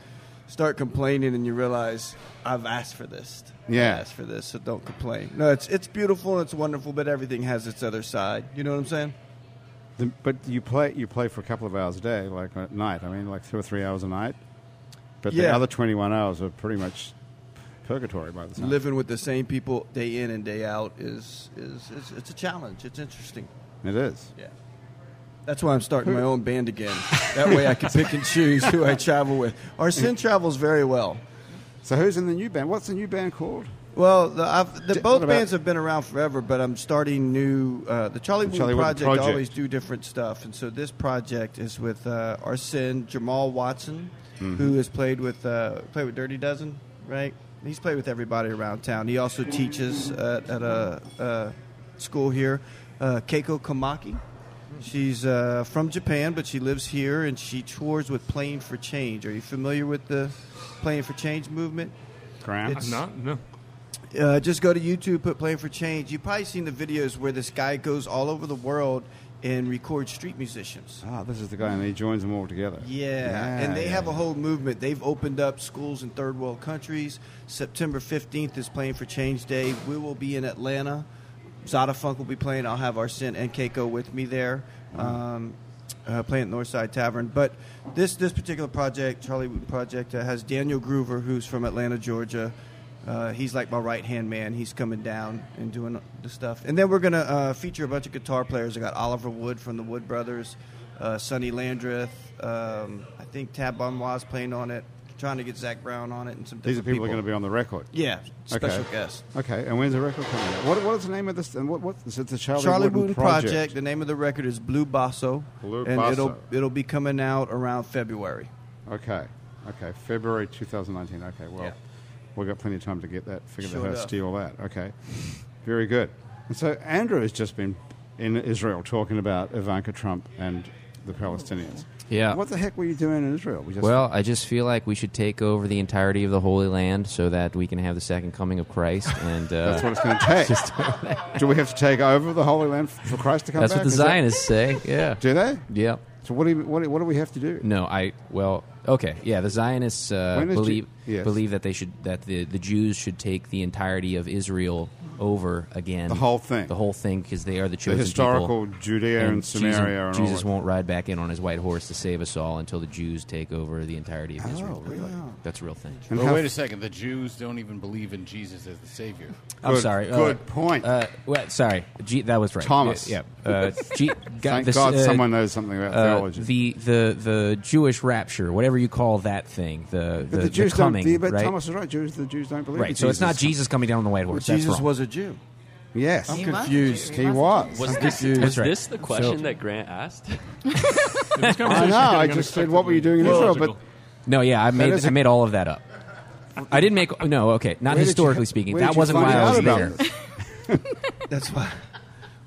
C: start complaining, and you realize I've asked for this.
A: Yeah.
C: I asked for this, so don't complain. No, it's it's beautiful, it's wonderful, but everything has its other side. You know what I'm saying?
A: The, but you play you play for a couple of hours a day, like at night. I mean, like two or three hours a night. But the
C: Yeah.
A: other twenty one hours are pretty much purgatory by the time.
C: Living with the same people day in and day out is is, is it's a challenge. It's interesting.
A: It is.
C: Yeah. That's why I'm starting my own band again. That way I can pick and choose who I travel with. Our sin travels very well.
A: So who's in the new band? What's the new band called?
C: Well, the, I've, the,
A: Di-
C: both
A: what about-
C: bands have been around forever, but I'm starting new. Uh, the Charlie
A: The
C: Wooden
A: Charlie Wooden
C: project,
A: Project.
C: always do different stuff, and so this project is with uh, Arsene Jamal Watson,
A: Mm-hmm.
C: who has played with uh, played with Dirty Dozen, right? He's played with everybody around town. He also teaches at, at a, uh school here, uh, Keiko Kamaki. She's uh, from Japan, but she lives here, and she tours with Playing for Change. Are you familiar with the Playing for Change movement?
A: Graham.
E: I'm not. No.
C: uh, just go to YouTube, put "Playing for Change." You've probably seen the videos where this guy goes all over the world and records street musicians.
A: Ah, this is the guy, and he joins them all together.
C: Yeah, and they
A: yeah.
C: have a whole movement. They've opened up schools in third world countries. September fifteenth is Playing for Change Day. We will be in Atlanta. Zada Funk will be playing. I'll have Arsene and Keiko with me there,
A: Mm-hmm.
C: um, uh, playing at Northside Tavern. But this this particular project, Charlie Wooten Project, uh, has Daniel Groover, who's from Atlanta, Georgia. Uh, he's like my right hand man. He's coming down and doing the stuff. And then we're going to uh, feature a bunch of guitar players. I got Oliver Wood from the Wood Brothers, uh, Sonny Landreth. Um, I think Tab Bonwa's playing on it. trying to get Zach Brown on it and some.
A: These are
C: different
A: people, who are going to be on the record.
C: be yeah
A: Okay.
C: special guest.
A: Okay, and when's the record coming out? What, what is the name of this? And what, what is it? The Charlie,
C: Charlie
A: Wooden, Project.
C: The name of the record is Blue Basso,
A: Blue
C: and it'll
A: Basso.
C: it'll be coming out around February.
A: Okay, okay, February 2019. Okay, well,
C: Yeah.
A: we've got plenty of time to get that, figure out
C: Sure
A: how to
C: do.
A: steal that. Okay, very good. And so Andrew has just been in Israel talking about Ivanka Trump and the Palestinians.
B: Yeah.
A: What the heck were you doing in Israel? We just
B: Well, I just feel like we should take over the entirety of the Holy Land so that we can have the second coming of Christ, and uh,
A: that's what it's going to take. Do we have to take over the Holy Land for Christ to come
B: that's
A: back?
B: what the
A: Is that-
B: Zionists say. Yeah.
A: do they?
B: Yep.
A: So what do, you, what, do, what do we have to do?
B: No, I well, okay, yeah. The Zionists uh,
A: When is Ju-
B: believe
A: yes.
B: believe that they should that the, the Jews should take the entirety of Israel over again,
A: The whole thing.
B: the whole thing, because they are the
A: the
B: chosen
A: historical
B: people.
A: Judea and,
B: Jesus-
A: Samaria and all
B: Jesus
A: that.
B: won't ride back in on his white horse to save us all until the Jews take over the entirety of Israel.
A: Oh, really?
B: That's a real thing.
A: And
I: But
A: how-
I: wait a second. The Jews don't even believe in Jesus as the Savior.
B: I'm
A: Good-
B: sorry.
A: good
B: uh,
A: point.
B: Uh, well, sorry, G, that was right.
A: Thomas.
B: Yeah. yeah. Uh, G,
A: Thank
B: the-
A: God
B: uh,
A: someone knows something about
B: uh,
A: theology.
B: the the the Jewish rapture, whatever you call that thing, the the,
A: But the, Jews
B: the coming,
A: don't. The, but
B: right?
A: Thomas is right. Jews, the Jews don't believe.
B: Right,
A: in
B: so it's not
A: Jesus.
B: Jesus coming down on the white horse.
C: Jesus
B: That's wrong.
C: was a Jew.
A: Yes,
D: He was
A: I'm
D: a
C: confused.
D: Jew.
A: He was.
J: Was
A: I'm
J: this,
A: confused.
J: was
B: right.
J: this the question that Grant asked?
A: I know. I just said, what were you doing in Israel? But
B: No, yeah, I made
A: is a-
B: I made all of that up. I didn't make no. Okay, not
A: where did
B: historically
A: you-
B: speaking.
A: where
B: That
A: did you
B: wasn't
A: find
B: why I
A: out
B: was
A: about
B: there.
A: this?
C: That's why.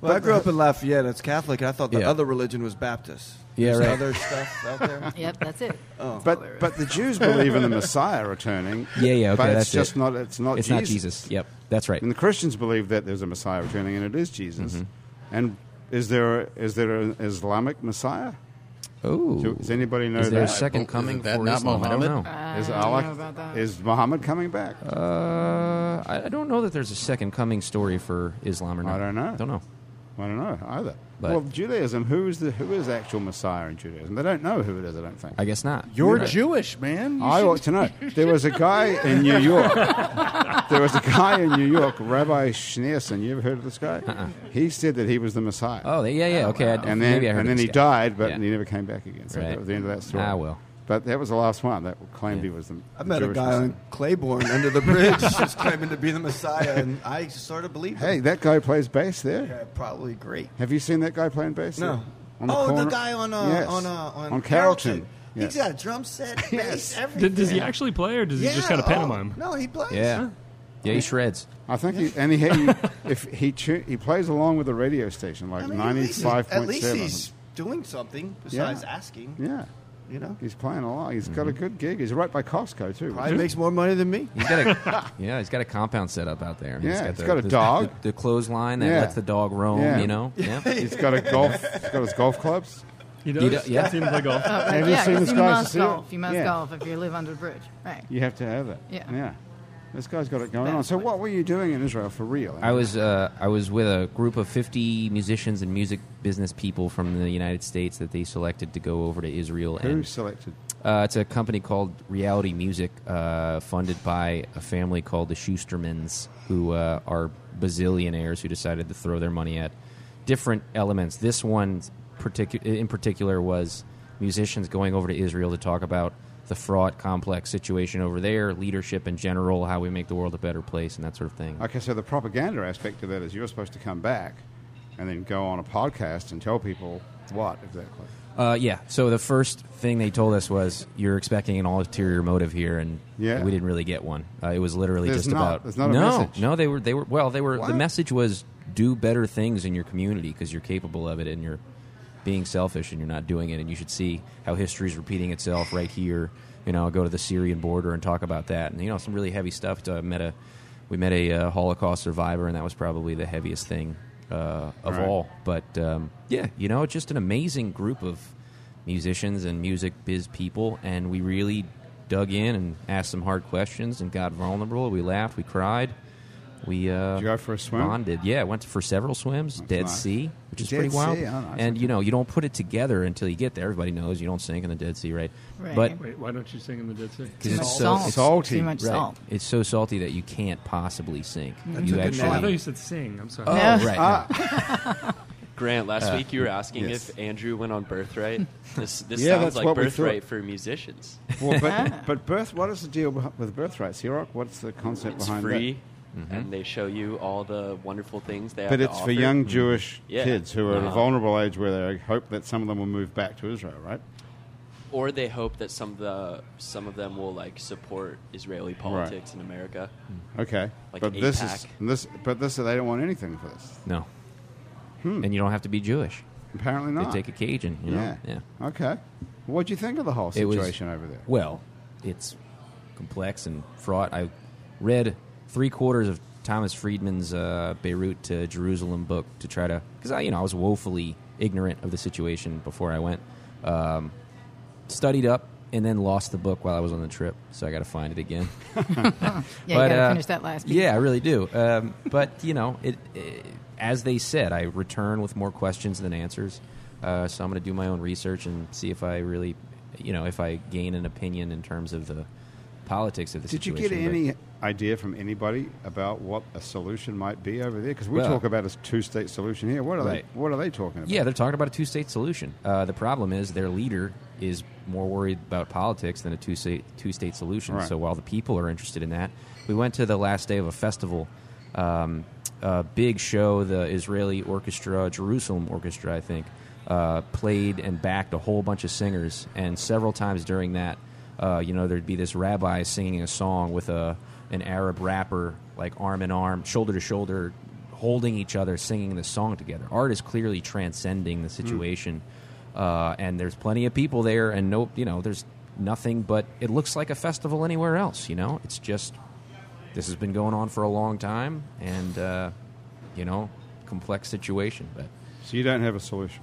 C: Well, I grew up in Lafayette. It's Catholic. I thought the
B: Yeah.
C: other religion was Baptist.
B: Yeah,
C: There's
B: right.
C: Other stuff out there.
D: Yep, that's it.
A: Oh. But but the Jews believe in the Messiah returning.
B: Yeah, yeah, okay,
A: But it's
B: that's
A: just
B: it.
A: not. It's not.
B: It's
A: Jesus.
B: not Jesus. Yep, that's right.
A: And the Christians believe that there's a Messiah returning, and it is Jesus.
B: Mm-hmm.
A: And is there a- is there an Islamic Messiah? Do-
B: Oh,
A: Does anybody know
B: is there a
A: that?
B: second
I: Isn't
B: coming
I: that
B: for
I: not
B: Islam? I don't
I: Muhammad?
B: know.
A: is
D: I don't
A: Allah
D: know about that.
A: is Muhammad coming back?
B: Uh, I I don't know that there's a second coming story for Islam or not.
A: I don't know.
B: Don't know.
A: I don't know either.
B: But-
A: well, Judaism. Who is the who is the actual Messiah in Judaism? They don't know who it is. I don't think.
B: I guess not.
H: You're Jewish, man. You
A: I
H: should-
A: ought to know. There was a guy in New York. There was a guy in New York, Rabbi Schneerson. You ever heard of this guy? He said that he was the Messiah.
B: Uh-uh. Oh, they- yeah, yeah. Okay. I,
A: and then,
B: maybe I heard
A: and
B: of
A: then
B: this
A: he
B: guy.
A: died, but
B: Yeah.
A: he never came back again. So
B: Right.
A: that was the end of that story.
B: Ah, well.
A: But that was the last one that claimed he was the.
C: I
A: the
C: met a
A: Jewish
C: guy
A: Messiah.
C: on Claiborne under the bridge who's claiming to be the Messiah, and I sort of believe
A: Hey,
C: him.
A: that guy plays bass there.
C: Yeah, probably great.
A: Have you seen that guy playing bass?
C: No.
A: there? On the
C: oh,
A: corner?
C: the guy on uh,
A: Yes.
C: on uh, on,
A: Carrollton.
C: He's got a drum set, bass,
A: Yes.
C: everything.
E: Did, does he actually play, or does
C: yeah.
E: he just kind of
C: oh,
E: pantomime?
C: No, he plays.
B: Yeah. Yeah, he shreds.
A: I think, he, and he, he if he tu- he plays along with the radio station like
C: I mean, at
A: ninety
C: least-
A: five point
C: At least
A: seven.
C: he's doing something besides asking.
A: Yeah,
C: You know,
A: he's playing along. He's got a
B: Mm-hmm.
A: good gig. He's right by Costco too.
C: probably makes more money than me.
B: He's got a yeah. He's got a compound set up out there.
A: Yeah,
B: got,
A: he's
B: the,
A: got a
B: the-
A: dog.
B: The, the clothesline that
A: Yeah.
B: lets the dog roam.
A: Yeah.
B: You know. Yeah.
A: He's got a golf. He's got his golf clubs.
E: He does.
B: He do- yeah.
E: He seems like a-
A: Have
D: yeah,
A: you seen
D: you
A: this guy's
D: must
A: seal?
D: golf. You must
A: Yeah.
D: golf if you live under the bridge. Right.
A: You have to have it.
D: Yeah.
A: Yeah. This guy's got it going on. So what were you doing in Israel for real?
B: I was uh, I was with a group of 50 musicians and music business people from the United States that they selected to go over to Israel
A: Who
B: and
A: selected?
B: Uh, it's a company called Reality Music, uh, funded by a family called the Schustermans, who uh, are bazillionaires who decided to throw their money at different elements. This one particu- in particular was musicians going over to Israel to talk about the fraud complex situation over there, leadership in general, how we make the world a better place, and that sort of thing.
A: Okay, so the propaganda aspect of that is you're supposed to come back, and then go on a podcast and tell people what exactly.
B: Uh, yeah. So the first thing they told us was you're expecting an ulterior motive here, and
A: Yeah.
B: we didn't really get one. Uh, it was literally
A: There's
B: just
A: not-
B: about
A: there's not a
B: no,
A: message.
B: no. They were they were well. They were
A: What?
B: the message was do better things in your community because you're capable of it, and you're being selfish and you're not doing it, and you should see how history's repeating itself right here. You know, go to the Syrian border and talk about that, and you know some really heavy stuff. So I met a we met a uh, Holocaust survivor, and that was probably the heaviest thing uh, of
A: Right.
B: all. But um, yeah, you know, just an amazing group of musicians and music biz people, and we really dug in and asked some hard questions and got vulnerable. We laughed, we cried, we uh,
A: Did you go for a swim?
B: bonded. Yeah, went for several swims, Dead
A: nice.
B: Sea, which is
A: Dead
B: pretty wild.
A: Sea, oh, I don't know.
B: and you know, you don't put it together until you get there. Everybody knows you don't sink in the Dead Sea, right?
D: Right.
B: But
E: Wait, why don't you sing in the Dead Sea?
D: Too
B: it's
D: much
B: so-
D: salt.
B: it's
A: salty.
D: Too much
B: right,
D: salt.
B: it's so salty that you can't possibly sink. You
C: took
E: Oh,
C: a
E: I thought
B: actually.
A: Ah.
E: you said sing. I'm sorry.
B: Oh,
D: No.
B: right.
J: Grant, last
B: Uh,
J: week you were asking
B: yes.
J: if Andrew went on birthright. This, this
A: Yeah, that's
J: sounds like
A: what we thought.
J: birthright for musicians.
A: Well, but, but birth, what is the deal beh- with birth rights, Hirok? What's the concept
J: it's
A: behind
J: free,
A: that?
I: Mm-hmm.
J: and they show you all the wonderful things they have.
A: But
J: to
A: it's for
J: offer. Mm.
A: young Jewish
J: Yeah.
A: kids who are at a
J: Uh-huh.
A: vulnerable age where they hope that some of them will move back to Israel, right?
J: or they hope that some of the some of them will like support Israeli politics in America.
A: Okay,
J: Like
A: but this
J: AIPAC.
A: is this. But this they don't want anything for this.
B: No. And you don't have to be Jewish.
A: Apparently not.
B: They take a Cajun, you know?
A: Hmm. Ah. Yeah. Okay. What do you think of the whole
B: It was-
A: situation over there?
B: Well, it's complex and fraught. I read three quarters of Thomas Friedman's uh, Beirut to Jerusalem book to try to because I, you know, I was woefully ignorant of the situation before I went. Um, studied up and then lost the book while I was on the trip, so I got to find it again. yeah,
D: you gotta
A: uh,
D: finish that last piece.
B: uh, Yeah, I really do. Um, but you know, it, it, as they said, I return with more questions than answers. Uh, so I'm going to do my own research and see if I really, you know, if I gain an opinion in terms of the politics of the
A: Did you
B: situation.
A: get
B: But-
A: any uh, idea from anybody about what a solution might be over there? Because we
B: Well-
A: talk about a two-state solution here. What are
B: Right.
A: they? What are they talking about?
B: Yeah, they're talking about a two-state solution. Uh, the problem is their leader is more worried about politics than a two-state two-state solution.
A: Right.
B: So while the people are interested in that, we went to the last day of a festival, um, a big show. The Israeli orchestra, Jerusalem Orchestra, I think, uh, played and backed a whole bunch of singers, and several times during that, uh, you know, there'd be this rabbi singing a song with a an Arab rapper, like arm in arm, shoulder to shoulder, holding each other, singing the song together. Art is clearly transcending the situation, uh, and there's plenty of people there, and no, you know, there's nothing but it looks like a festival anywhere else. You know, it's just this has been going on for a long time, and uh, you know, complex situation. But
A: so you don't have a solution.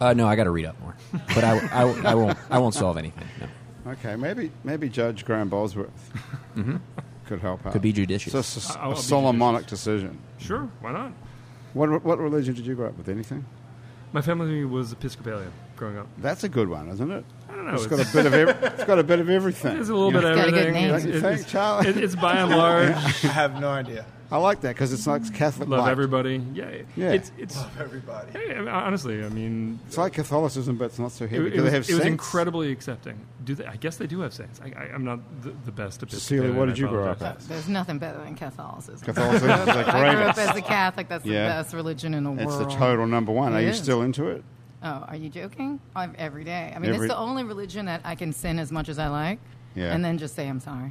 B: uh, no, I got to read up more, but I, I, I won't I won't solve anything. No.
A: Okay, maybe maybe Judge Graham Bosworth
B: Mhm.
A: could help out.
B: Could be judicious.
A: So it's a,
E: I'll
A: a
E: be
A: Solomonic decision.
E: Sure, why not?
A: What what religion did you grow up with? Anything?
E: My family was Episcopalian growing up.
A: That's a good one, isn't it? I
E: don't know,
A: It's got
E: it's-
A: a bit of ev- it's got a bit of everything.
E: It's a little
A: You know?
E: bit of everything.
A: Don't you think, Charlie?
E: it- it's by and large.
A: Yeah.
C: I have no idea.
A: I like that because it's like Catholic.
E: Love
A: light.
E: everybody. Yeah, it-
A: Yeah.
E: It's it's
C: Love everybody.
E: hey, I mean, honestly, I mean,
A: It's like Catholicism, but it's not so
E: it,
A: heavy.
E: it
A: Do
E: was,
A: they have
E: it was
A: saints?
E: incredibly accepting. Do they? I guess they do have saints. I, I, I'm not the, the best.
A: Cecilia,
E: Episcopalian,
A: what did
E: I
A: you grow
E: apologize.
A: up
D: But there's nothing better than Catholicism.
A: Catholicism is the
D: I grew up
A: greatest.
D: as a Catholic. That's
A: Yeah.
D: the best religion in the
A: It's
D: world.
A: the total number one.
D: It
A: Are you
D: is.
A: still into it?
D: Oh, are you joking? I've, every day. I mean,
A: Every-
D: it's the only religion that I can sin as much as I like,
A: Yeah.
D: and then just say I'm sorry.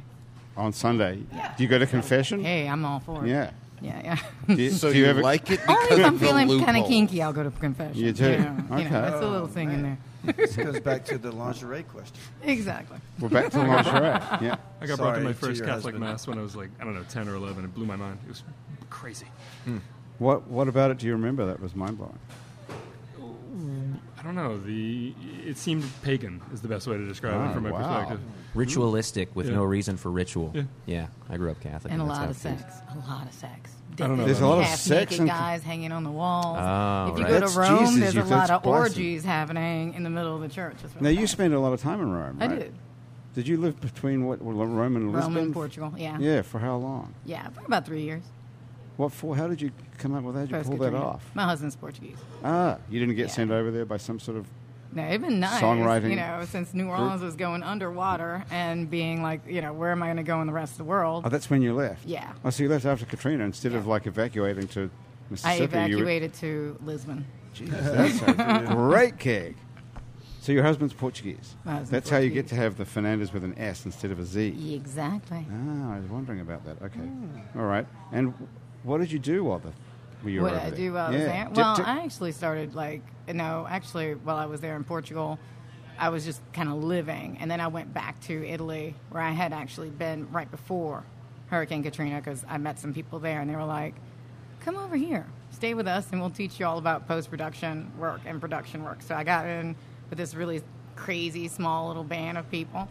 A: On Sunday, do you go to confession?
D: Hey, I'm all for it.
A: Yeah.
D: Yeah, yeah.
A: Do you,
I: So
A: do you
I: you
A: ever,
I: like it
D: Only
I: because
D: if I'm
I: of the
D: feeling kind of
I: loophole.
D: kinky, I'll go to confession.
A: You do?
D: know, you know,
A: Okay.
D: it's a little thing in there.
C: this goes back to the lingerie question.
D: Exactly.
A: We're back to lingerie. Yeah.
E: I got brought
C: Sorry
E: to my
C: to
E: first
C: your
E: Catholic
C: husband.
E: mass when I was like I don't know ten or eleven. It blew my mind. It was crazy.
A: What What about it? Do you remember? That was mind blowing.
E: I don't know. The it seemed pagan is the best way to describe
A: Ah,
E: it from my
A: wow.
E: perspective.
B: Ritualistic with
E: Yeah.
B: no reason for ritual.
E: Yeah.
B: Yeah, I grew up Catholic.
D: And a
B: that's
D: lot of
B: how it is.
D: sex. A lot of sex.
E: I don't know
A: There's a lot of sex
D: Half-naked
A: and-
D: guys hanging on the walls.
B: Oh,
D: if you
B: right.
D: go
A: That's
D: to Rome,
A: Jesus,
D: there's a
A: you-
D: lot
A: that's
D: of
A: bison.
D: orgies happening in the middle of the church. That's what
A: Now
D: I'm
A: you
D: saying.
A: spent a lot of time in Rome,
D: I
A: right?
D: did.
A: Did you live between what well, Rome and Lisbon?
D: Rome and Portugal. Yeah.
A: Yeah, for how long?
D: Yeah, for about three years.
A: What for? How did you come up with that? Did you
D: First
A: pull that
D: Katrina.
A: off?
D: My husband's Portuguese.
A: Ah, you didn't get
D: Yeah.
A: sent over there by some sort of.
D: No, it's been nice.
A: Songwriting
D: You know, since New
A: group?
D: Orleans was going underwater and being like, you know, where am I going to go in the rest of the world?
A: Oh, that's when you left.
D: Yeah.
A: Oh, so you left after Katrina instead of like evacuating to
D: I
A: Mississippi. you were-
D: evacuated to Lisbon.
A: Jesus, that's a great gig. So your husband's Portuguese.
D: My husband's
A: that's how you get
D: Portuguese.
A: to have the Fernandez with an S instead of a Z.
D: Exactly.
A: Ah, I was wondering about that. Okay. All right. And what did you do while the were you
D: Hmm. what
A: over
D: I
A: there?
D: do while I was
A: Yeah.
D: there?
A: Dip-
D: Well,
A: dip-
D: I actually started like no, actually while I was there in Portugal, I was just kind of living, and then I went back to Italy where I had actually been right before Hurricane Katrina because I met some people there, and they were like, "Come over here, stay with us, and we'll teach you all about post production work and production work." So I got in with this really crazy small little band of people,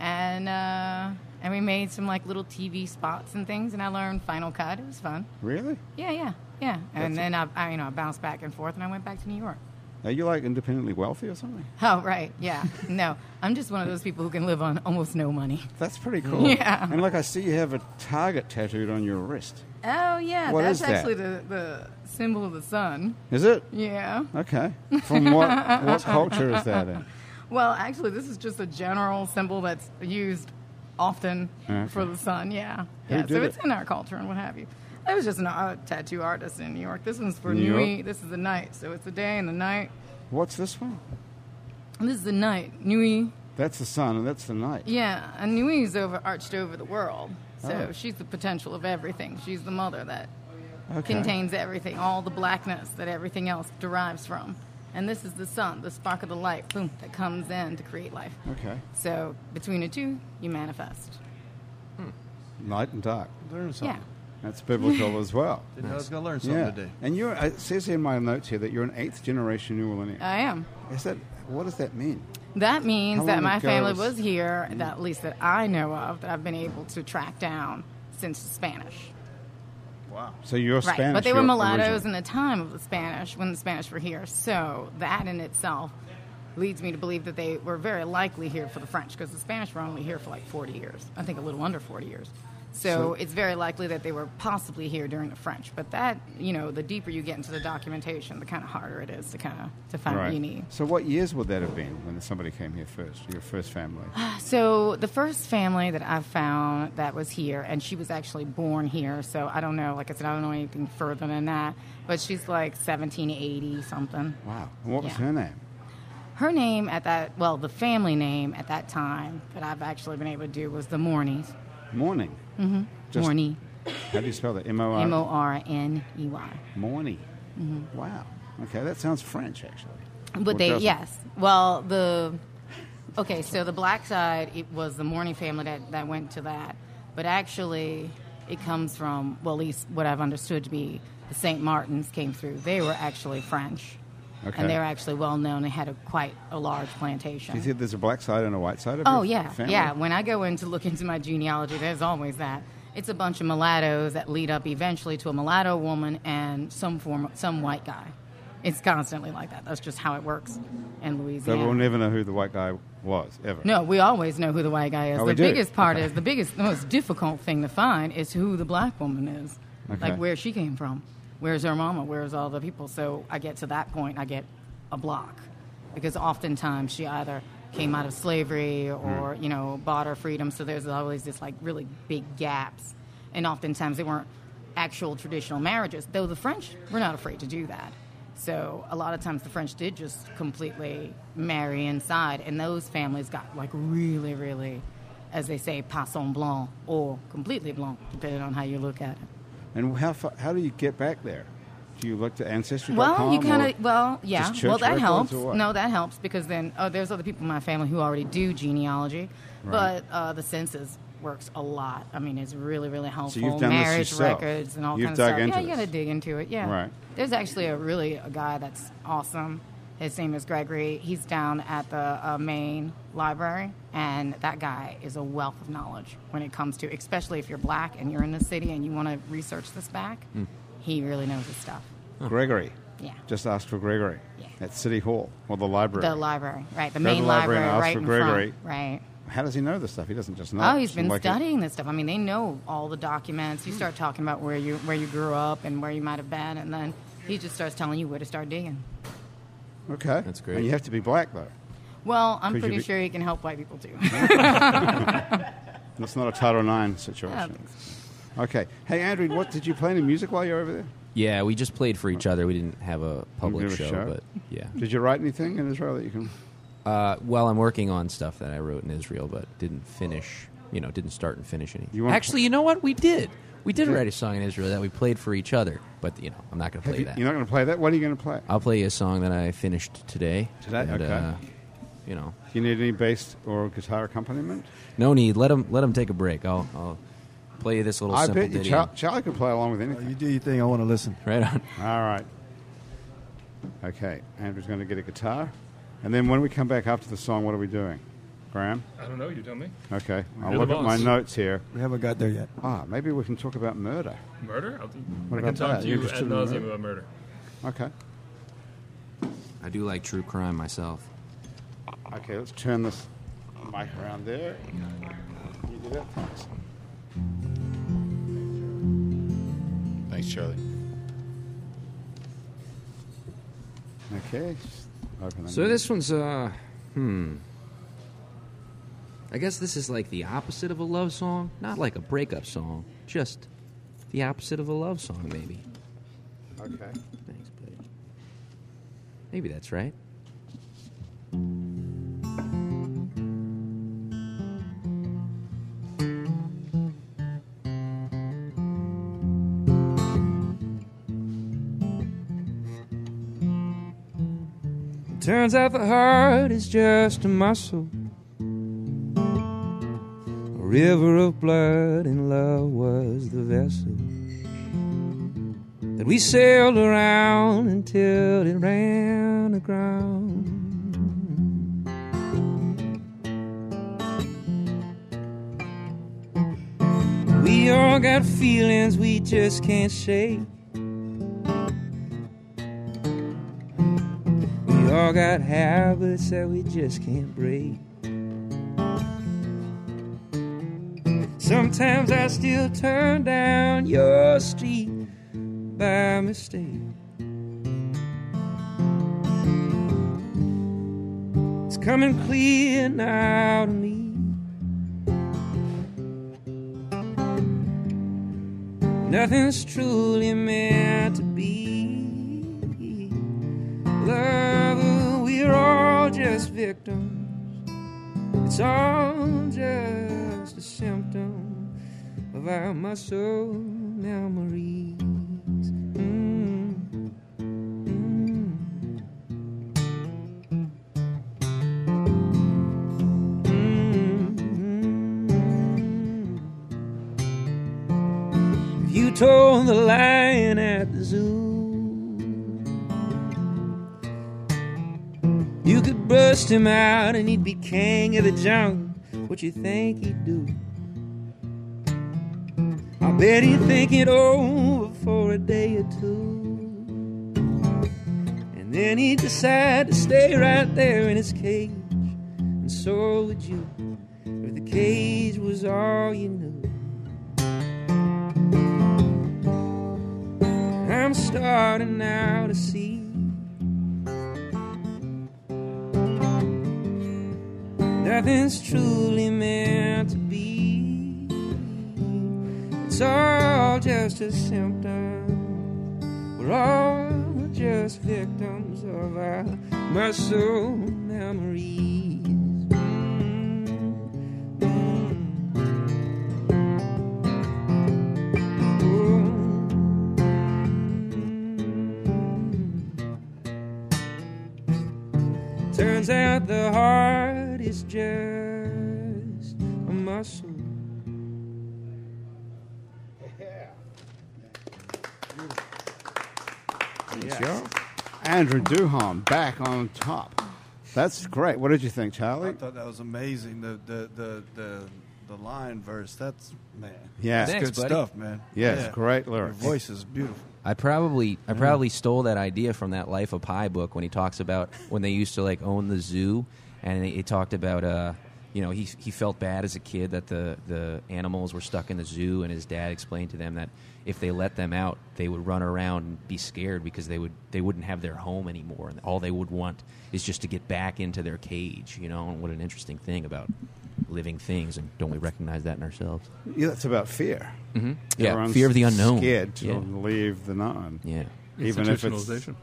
D: and uh, and we made some like little TV spots and things, and I learned Final Cut. It was fun.
A: really?
D: Yeah, yeah, yeah.
A: That's
D: And
A: it.
D: then I, I, you know, I bounced back and forth, and I went back to New York.
A: Are you like independently wealthy or something?
D: Oh, right. Yeah. No, I'm just one of those people who can live on almost no money.
A: That's pretty cool.
D: Yeah.
A: And like I see you have a target tattooed on your wrist.
D: Oh, yeah.
A: What
D: That's
A: is that?
D: actually the, the symbol of the sun.
A: Is it?
D: Yeah.
A: Okay. From what what culture is that in?
D: Well, actually, this is just a general symbol that's used often
A: Okay.
D: for the sun. Yeah.
A: Who
D: yeah.
A: did
D: So it's
A: it?
D: in our culture and what have you. I was just an uh, tattoo artist in New York. This one's for
A: New York?
D: Nui. This is the night. So it's the day and the night.
A: What's this one?
D: And this is the night. Nui.
A: That's the sun and that's the night.
D: Yeah, and Nui's over arched over the world. So
A: Oh.
D: she's the potential of everything. She's the mother that
A: Okay.
D: contains everything, all the blackness that everything else derives from. And this is the sun, the spark of the light, boom, that comes in to create life.
A: Okay.
D: So between the two, you manifest.
A: Night and dark.
C: Learn something.
A: That's biblical as well.
C: Didn't know I was gonna learn something
A: yeah.
C: today.
A: And you're, uh, it says in my notes here that you're an eighth generation New Orleanian.
D: I am.
A: Is that what does that mean?
D: That means
A: How
D: that
A: long
D: my
A: ago
D: family
A: was- Hmm.
D: was here, that at least that I know of, that I've been able to track down since the Spanish.
A: Wow. So you're
D: right,
A: Spanish.
D: but they were
A: you're
D: mulattoes
A: originally.
D: in the time of the Spanish when the Spanish were here. So that in itself leads me to believe that they were very likely here for the French because the Spanish were only here for like 40 years. I think a little under 40 years. So,
A: So-
D: it's very likely that they were possibly here during the French. But that, you know, the deeper you get into the documentation, the kind of harder it is to kind of to find what you need.
A: So what years would that have been when somebody came here first? Your first family.
D: So the first family that I found that was here, and she was actually born here. So I don't know. Like I said, I don't know anything further than that. But she's like 1780 something.
A: Wow. And what was
D: Yeah.
A: her name?
D: Her name at that, well, the family name at that time that I've actually been able to do was the Morneys.
A: Morning.
D: Mm-hmm.
A: Just-
D: Morney.
A: How do you spell that? M O
D: M O Mm-hmm.
A: R.
D: R N E Y.
A: Morning. Wow. Okay, that sounds French actually. Or
D: But they,
A: doesn't.
D: yes. Well, the okay. So the black side, it was the Morning family that that went to that. But actually, it comes from well, at least what I've understood to be the Saint Martins came through. They were actually French,
A: Okay.
D: and they were actually well known. They had a quite a large plantation.
A: Do you think there's a black side and a white side of
D: Oh
A: your
D: yeah,
A: family?
D: yeah. When I go in to look into my genealogy, there's always that. It's a bunch of mulattoes that lead up eventually to a mulatto woman and some form, some white guy. It's constantly like that. That's just how it works in
A: So
D: Louisiana.
A: we'll never know who the white guy was ever.
D: no, we always know who the white guy is.
A: Oh, we
D: the
A: do?
D: biggest part
A: Okay.
D: is the biggest, the most difficult thing to find is who the black woman is,
A: Okay.
D: like where she came from, where's her mama, where's all the people. So I get to that point, I get a block because oftentimes she either came out of slavery or you know bought her freedom. So there's always this like really big gaps, and oftentimes they weren't actual traditional marriages. Though the French were not afraid to do that. So a lot of times the French did just completely marry inside, and those families got like really, really, as they say, passant blanc or completely blanc, depending on how you look at it.
A: And how fa- how do you get back there? Do you look to ancestry.com?
D: Well, you
A: kind
D: of well, yeah.
A: just church
D: Well, that
A: records
D: helps.
A: or what?
D: No, that helps because then oh, there's other people in my family who already do genealogy,
A: Right.
D: but uh, the census works a lot. I mean, it's really really helpful.
A: you've done this
D: Marriage
A: yourself.
D: records and all
A: You've
D: kinds
A: dug
D: of stuff.
A: into
D: yeah, you
A: this.
D: got to dig into it. Yeah.
A: Right.
D: There's actually a really a guy that's awesome. His name is Gregory. He's down at the uh, main library, and that guy is a wealth of knowledge when it comes to, especially if you're black and you're in the city and you want to research this back.
A: Hmm.
D: He really knows his stuff.
A: Gregory.
D: Yeah.
A: Just ask for Gregory at City Hall or the library.
D: The library, right? The
A: Go to
D: main
A: the library
D: library,
A: and ask
D: right
A: for
D: in
A: Gregory.
D: front, right?
A: How does he know this stuff? He doesn't just know.
D: oh,
A: it.
D: he's been
A: Like he-
D: studying this stuff. I mean, they know all the documents. You start talking about where you where you grew up and where you might have been, and then he just starts telling you where to start digging.
A: Okay. That's great. And you have to be black, though.
D: Well, I'm
A: Could you
D: pretty
A: be-
D: sure he can help white people too.
A: That's not a Title IX situation.
D: think Oh,
A: Okay. Hey, Andrew, what did you play any music while you were over there?
B: Yeah, we just played for each other. We didn't have a public
A: have a
B: show,
A: show?
B: but yeah.
A: Did you write anything in Israel that you can?
B: Uh, well, I'm working on stuff that I wrote in Israel, but didn't finish. You know, didn't start and finish any.
A: wanna-
B: Actually, you know what? We did. We did write a song in Israel that we played for each other, but you know, I'm not going to play
A: you,
B: that.
A: You're not going to play that. What are you going to play?
B: I'll play you a song that I finished today. uh,
A: Today? Okay.
B: you know,
A: Do you need any bass or guitar accompaniment?
B: no need. Let him let him take a break. I'll I'll play you this little
A: I
B: simple
A: bet you
B: ditty.
A: Char- Charlie could play along with anything.
C: You do your thing. I want to listen.
B: right on.
A: All right. Okay, Andrew's going to get a guitar, and then when we come back after the song, what are we doing, Graham?
E: I don't know. You tell me.
A: Okay, I'll
E: You're the
A: look at my
E: boss.
A: notes here.
C: We haven't got there yet.
A: Ah, maybe we can talk about murder.
E: Murder? I'll do,
A: What
E: I can
A: about
E: talk
A: that?
E: to
A: You're
E: you
A: interested
E: ad
A: in
E: nauseum
A: murder?
E: about murder.
A: Okay.
K: I do like true crime myself.
A: Okay, let's turn this mic around there. You do that? Thanks.
L: Thanks, Charlie.
A: Okay. just open them
K: So
A: up.
K: this one's uh hmm. I guess this is like the opposite of a love song, not like a breakup song, just the opposite of a love song maybe.
A: Okay.
K: Thanks, buddy. Maybe that's right. Turns out the heart is just a muscle, a river of blood, and love was the vessel that we sailed around until it ran aground. We all got feelings we just can't shake. We all got habits that we just can't break. Sometimes I still turn down your street by mistake. It's coming clear now to me. Nothing's truly meant to be. Love, we're all just victims. It's all just a symptom of our muscle memories. Mm. Mm. Mm. If You told the lion at the zoo. You could bust him out and he'd be king of the jungle. What you think he'd do? I bet he'd think it over for a day or two. And then he'd decide to stay right there in his cage. And so would you, if the cage was all you knew. I'm starting now to see. Nothing's truly meant to be. It's all just a symptom. We're all just victims of our muscle memories. Mm, mm. Oh. Turns out the heart is just a muscle.
A: Yes. Andrew Duham back on top. That's great. What did you think, Charlie?
C: I thought that was amazing. The the the the, the line verse. That's man.
A: Yeah.
C: that's
K: Thanks,
C: good
K: buddy.
C: stuff, man.
A: Yes,
C: Yeah.
A: great lyrics.
C: Your voice is beautiful.
K: I probably
A: Mm.
K: I probably stole that idea from that Life of Pi book when he talks about when they used to like own the zoo, and he, he talked about uh, you know he he felt bad as a kid that the the animals were stuck in the zoo, and his dad explained to them that if they let them out, they would run around and be scared because they would they wouldn't have their home anymore, and all they would want is just to get back into their cage. You know, and what an interesting thing about living things, and don't we recognize that in ourselves?
A: Yeah, that's about fear. Mm-hmm.
K: Yeah, fear of the unknown.
A: Scared to
K: Yeah.
A: leave the known.
K: Yeah.
A: Even if it's
E: Institutionalization.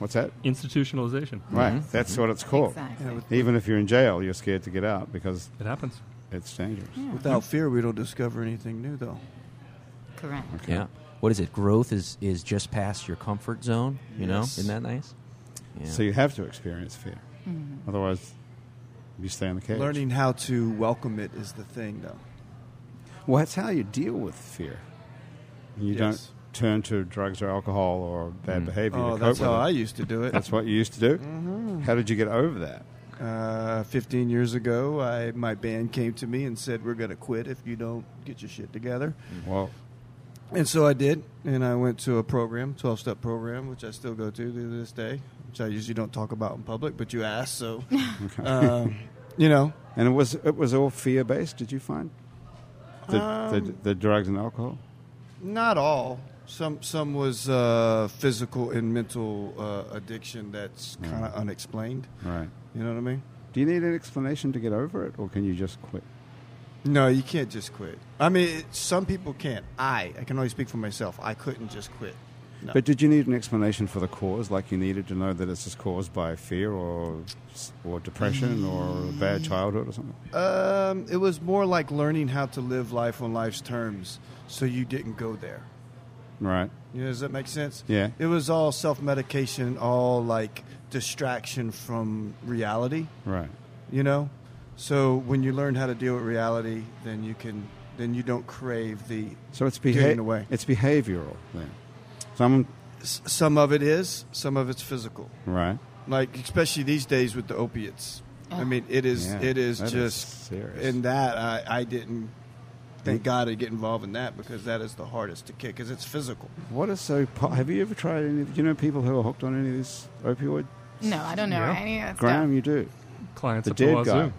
A: what's that?
E: Institutionalization.
A: Right. That's what it's called.
M: Exactly.
A: Even if you're in jail, you're scared to get out because
E: It happens.
A: it's dangerous.
C: Without fear, we don't discover anything new, though.
M: Correct.
K: Yeah. What is it? Growth is is just past your comfort zone. You
C: Yes.
K: know, isn't that nice? Yeah.
A: So you have to experience fear. Otherwise, you stay in the cage.
C: Learning how to welcome it is the thing, though.
A: Well, that's how you deal with fear. You
C: Yes.
A: don't turn to drugs or alcohol or bad behavior.
C: Oh,
A: to cope
C: that's
A: with
C: how
A: it.
C: I used to do it.
A: That's what you used to do. Mm-hmm. How did you get over that?
C: Uh, 15 years ago, I Mm. my band came to me and said, "We're going to quit if you don't get your shit together."
A: Well,
C: And so I did, and I went to a program, twelve step program, which I still go to to this day, which I usually don't talk about in public, but you asked, so um, you know.
A: And it was it was all fear based. Did you find the, the
C: Um,
A: the drugs and alcohol?
C: Not all. Some some was uh, physical and mental uh, addiction that's kind of unexplained.
A: Right.
C: You know what I mean?
A: Do you need an explanation to get over it, or can you just quit?
C: No, you can't just quit. I mean, it, some people can't. I I can only speak for myself. I couldn't just quit. No.
A: But did you need an explanation for the cause? Like you needed to know that it's just caused by fear or or depression or a
C: Mm.
A: bad childhood or something.
C: Um, it was more like learning how to live life on life's terms, so you didn't go there.
A: Right.
C: You know, does that make sense?
A: Yeah.
C: It was all self medication, all like distraction from reality.
A: Right.
C: You know, so when you learn how to deal with reality, then you can, then you don't crave the.
A: So it's
C: getting
A: beha-
C: away.
A: It's behavioral then. Some
C: S- Some of it is, some of it's physical.
A: right.
C: Like especially these days with the opiates. I mean, it is,
A: Yeah,
C: it is
A: that is
C: just.
A: serious.
C: In that, I, I didn't. Thank God I get involved in that because that is the hardest to kick because it's physical.
A: What is so? Po- have you ever tried any? Do you know people who are hooked on any of these opioid?
D: No, I don't know
E: Yeah.
D: any of that
A: Graham,
D: stuff.
A: you do.
E: Clients
A: the
E: at the
A: dead
E: wazoo.
A: guy.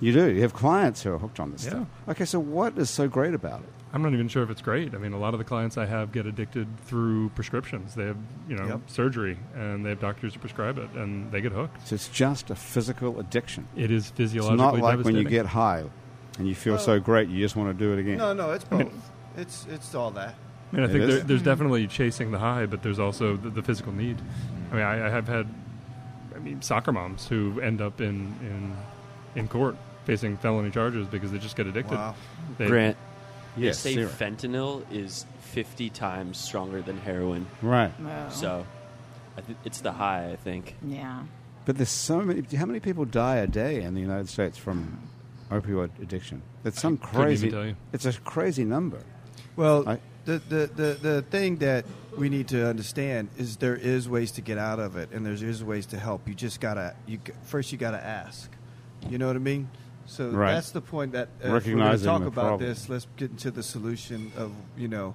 A: You do. You have clients who are hooked on this
E: Yeah.
A: stuff. Okay, so what is so great about it?
E: I'm not even sure if it's great. I mean, a lot of the clients I have get addicted through prescriptions. They have, you know,
C: Yep.
E: surgery, and they have doctors who prescribe it, and they get hooked.
A: So it's just a physical addiction.
E: It is
A: It's
E: physiologically
A: not like when
E: devastating.
A: you get high and you feel so great you just want to do it again.
C: No, no, it's
E: I
C: both.
E: mean-
C: it's it's all that.
E: I mean, I think
A: It is. Mm-hmm.
E: there, there's definitely chasing the high, but there's also the, the physical need. I mean, I, I have had, I mean, soccer moms who end up in in in court facing felony charges because they just get addicted.
C: Wow.
E: They,
J: Grant,
A: Yes,
J: they say
A: zero.
J: fentanyl is 50 times stronger than heroin.
A: Right.
D: Well,
J: So I th- it's the high, I think.
D: Oh. yeah.
A: But there's so many. How many people die a day in the United States from opioid addiction? That's some
E: couldn't even
A: crazy.
E: tell you.
A: It's a crazy number.
C: Well,
A: I-
C: the, the, the, the thing that we need to understand is there is ways to get out of it, and there is ways to help. You just gotta you g- first you gotta ask. You know what I mean? So
A: Right.
C: that's the point that uh,
A: Recognizing
C: if we're gonna
A: the
C: talk about
A: problem.
C: this. Let's get into the solution of you know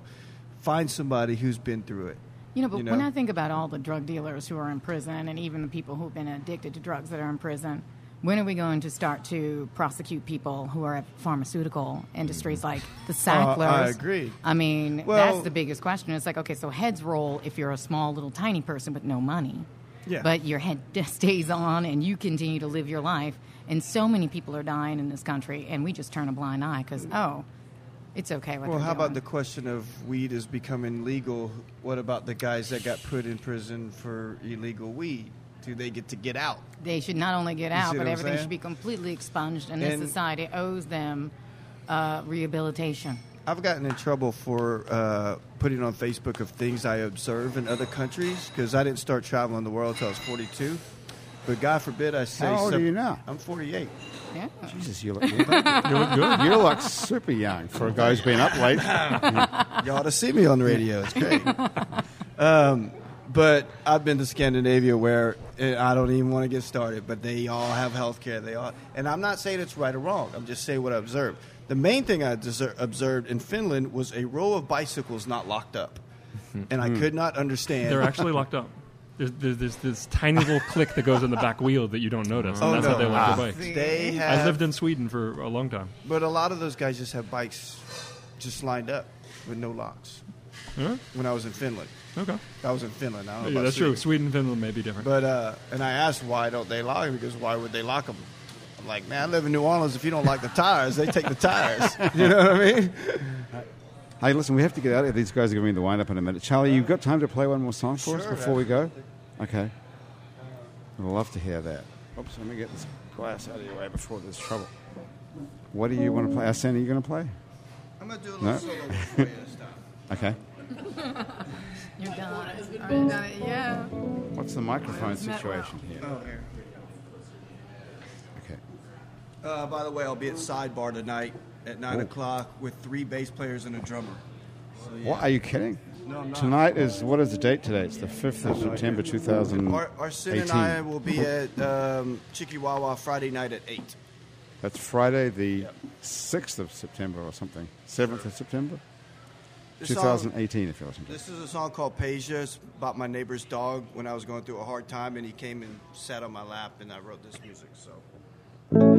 C: find somebody who's been through it.
D: You know, but
C: You
D: when
C: know?
D: I think about all the drug dealers who are in prison and even the people who've been addicted to drugs that are in prison, when are we going to start to prosecute people who are at pharmaceutical industries like the
C: Oh, I
D: Sacklers?
C: agree.
D: I mean,
C: Well-
D: that's the biggest question. It's like, okay, so heads roll if you're a small, little, tiny person with no money.
C: Yeah.
D: But your head stays on and you continue to live your life. And so many people are dying in this country, and we just turn a blind eye because, oh, it's okay. What
C: Well,
D: they're
C: how about the
D: doing.
C: question of weed is becoming legal? What about the guys that got put in prison for illegal weed? Do they get to get out?
D: they should not only get out,
C: see
D: but
C: what I'm
D: everything
C: saying?
D: should be completely expunged, and, this
C: And-
D: society owes them uh, rehabilitation.
C: I've gotten in trouble for uh, putting on Facebook of things I observe in other countries because I didn't start traveling the world until I was 42. But God forbid I say
A: How old are
C: some-
A: you now?
C: I'm 48.
D: Yeah.
A: Jesus, you look, you look good. You look super young for a guy who's been up late.
C: You ought to see me on the radio. It's great. um, but I've been to Scandinavia where eh, I don't even want to get started, but they all have health care. They all, and I'm not saying it's right or wrong. I'm just saying what I observed. The main thing I deser- observed in Finland was a row of bicycles not locked up. And I could not understand.
E: They're actually locked up. There's, there's, there's this tiny little click that goes in the back wheel that you don't notice. and
C: Oh,
E: that's
C: no.
E: how they lock their bikes.
C: they have
E: I lived in Sweden for a long time.
C: But a lot of those guys just have bikes just lined up with no locks.
E: Huh?
C: When I was in Finland,
E: Okay,
C: I was in Finland. I don't know
E: yeah,
C: about
E: that's
C: Sweden.
E: true. Sweden and Finland may be different.
C: But uh, and I asked why don't they lock them? Because why would they lock them? I'm like, man, I live in New Orleans. If you don't like the tires, they take the tires. You know what I mean?
A: Hey, listen, we have to get out of here. These guys are giving me the wind up in a minute. Charlie, you've got time to play one more song for us
C: Sure,
A: before we go? Okay. I'd love to hear that. Oops, let me get this glass out of your way before there's trouble. What do you want to play? Arsene, are you going to play?
C: I'm gonna do a
A: No.
C: solo for you this time.
A: Okay.
D: You're done. Are you done? Yeah.
A: What's the microphone
D: Matt
A: situation here?
C: Oh, here.
A: Okay.
C: Uh, by the way, I'll be at Sidebar tonight at nine o'clock with three bass players and a drummer. So, yeah.
A: What, are you kidding?
C: No, I'm not.
A: Tonight is, what is the date today? It's the 5th of September
C: Ar- Arsene and I
A: 2018.
C: will be at um, Chikiwawa Friday night at eight.
A: That's Friday, the 6th of September or something. 7th of September?
C: This song-
F: 2018, if you're listening.
C: This is a song called Peja. It's about my neighbor's dog when I was going through a hard time, and he came and sat on my lap, and I wrote this music. So.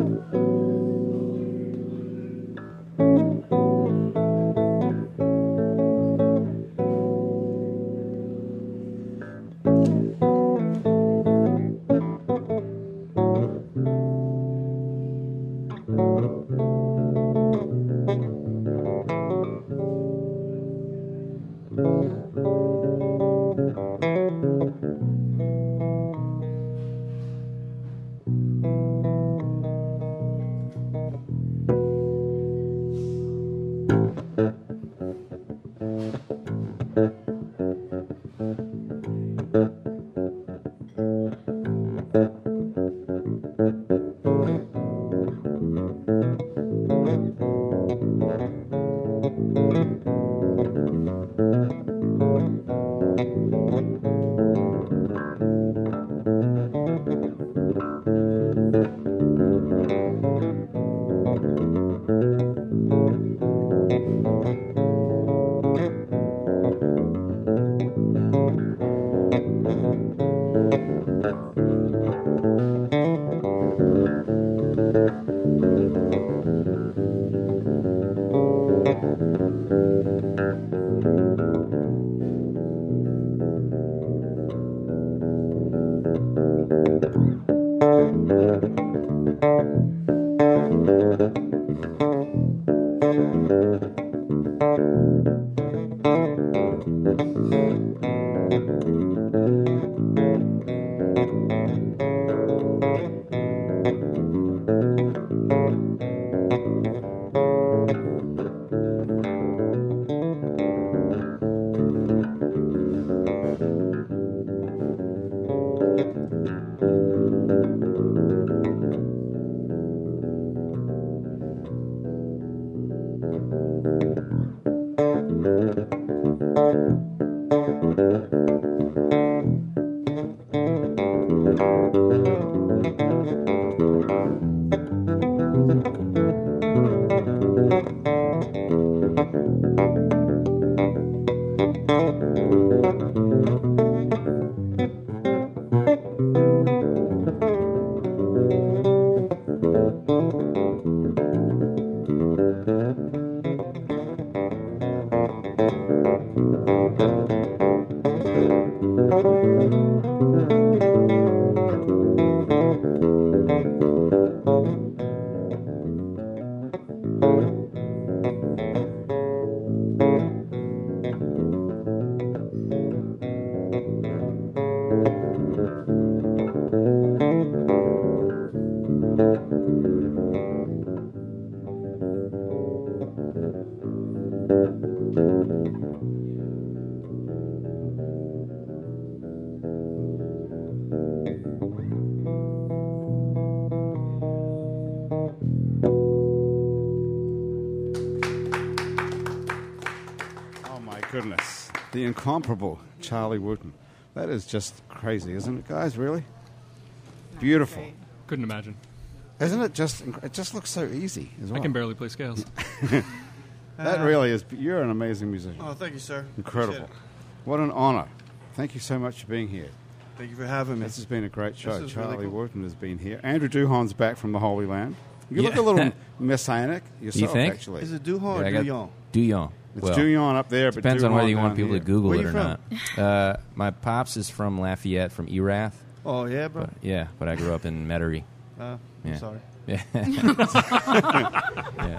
F: Oh my goodness. The incomparable Charlie Wooten. That is just crazy, isn't it, guys? Really? Beautiful.
E: Couldn't imagine.
F: Isn't it just inc- it just looks so easy as well.
A: Oh.
E: I can barely play scales.
F: that
C: Uh,
F: really is you're an amazing musician.
C: Oh, thank you, sir.
F: Incredible.
C: Appreciate
F: What an honor. Thank you so much for being here.
C: it. Thank you for having me.
F: This has been a great show.
C: is really
F: Charlie
C: cool.
F: Wharton has been here. Andrew Duhon's back from the Holy Land. You look
B: Yeah.
F: a little messianic yourself,
B: think?
F: actually.
C: Is it Duhon
B: Yeah, I
C: or
B: got-
C: Duyon?
B: Duyon.
F: It's Duyon up there, but
B: depends on
F: Duyon
B: whether you want
F: down
B: people
F: here.
B: to Google
C: Where
B: it
C: you
B: or not. Uh, my pops is from Lafayette, from Erath.
C: Oh yeah, bro.
B: But, yeah, but I grew up in Metairie.
C: Uh,
B: Yeah.
C: I'm sorry.
B: Yeah.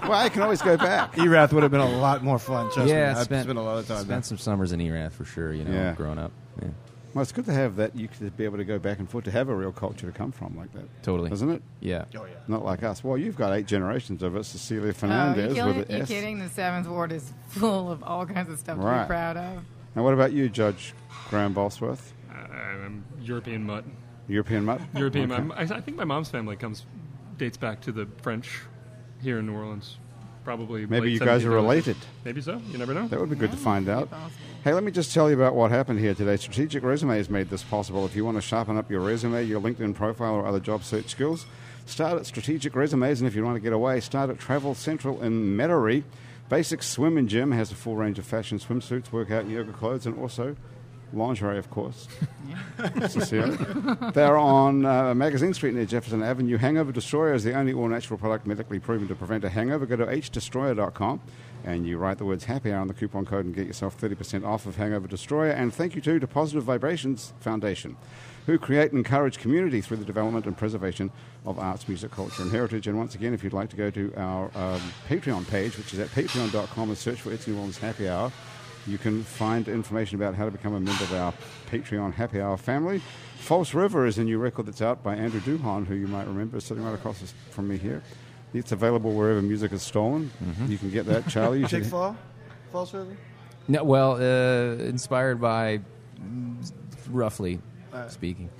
F: Well, you can always go back.
C: Erath would have been a lot more fun. Trust me.
B: yeah,
C: I've
B: spent,
C: spent, a lot of time. there.
B: Spent some summers in Erath for sure. You know,
F: Yeah.
B: growing up. Yeah.
F: Well, it's good to have that. You could be able to go back and forth to have a real culture to come from like that.
B: Totally.
F: Isn't it?
B: Yeah.
C: Oh yeah.
F: Not like us. Well, you've got eight generations of it. Cecilia
D: Oh,
F: Fernandez
D: you
F: with
D: kidding?
F: an
D: You
F: S.
D: kidding? The seventh ward is full of all kinds of stuff to
F: Right.
D: be proud of.
F: Now, what about you, Judge Graham Bosworth?
E: I'm European mutt.
A: Oh,
F: European mutt?
E: European.
F: Okay.
E: mutt. I, I think my mom's family comes dates back to the French here in New Orleans. Probably.
F: Maybe
E: late
F: you guys are
E: 1700s.
F: related.
E: Maybe so. You never know.
F: That would be good to
D: Yeah,
F: find
D: that'd
F: out.
D: be possible.
F: Hey, let me just tell you about what happened here today. Strategic Resume has made this possible. If you want to sharpen up your resume, your LinkedIn profile, or other job search skills, start at Strategic Resumes. And if you want to get away, start at Travel Central in Metairie.
A: Basic Swim and Gym has a full range of fashion swimsuits, workout, and yoga clothes, and also lingerie, of course. Sincerely. They're on uh, Magazine Street near Jefferson Avenue. Hangover Destroyer is the only all natural product medically proven to prevent a hangover. Go to hdestroyer.com and you write the words happy hour on the coupon code and get yourself 30% off of Hangover Destroyer. And thank you too to Positive Vibrations Foundation, who create and encourage community through the development and preservation of arts, music, culture, and heritage. And once again, if you'd like to go to our um, Patreon page, which is at patreon.com and search for It's New Orleans Happy Hour, you can find information about how to become a member of our Patreon Happy Hour family. False River is a new record that's out by Andrew Duhon, who you might remember is sitting right across this- from me here. It's available wherever music is stolen. You can get that, Charlie. You
C: Chick
A: should-
C: Fil, False River.
B: No, well, uh, inspired by, roughly
C: Uh,
B: speaking.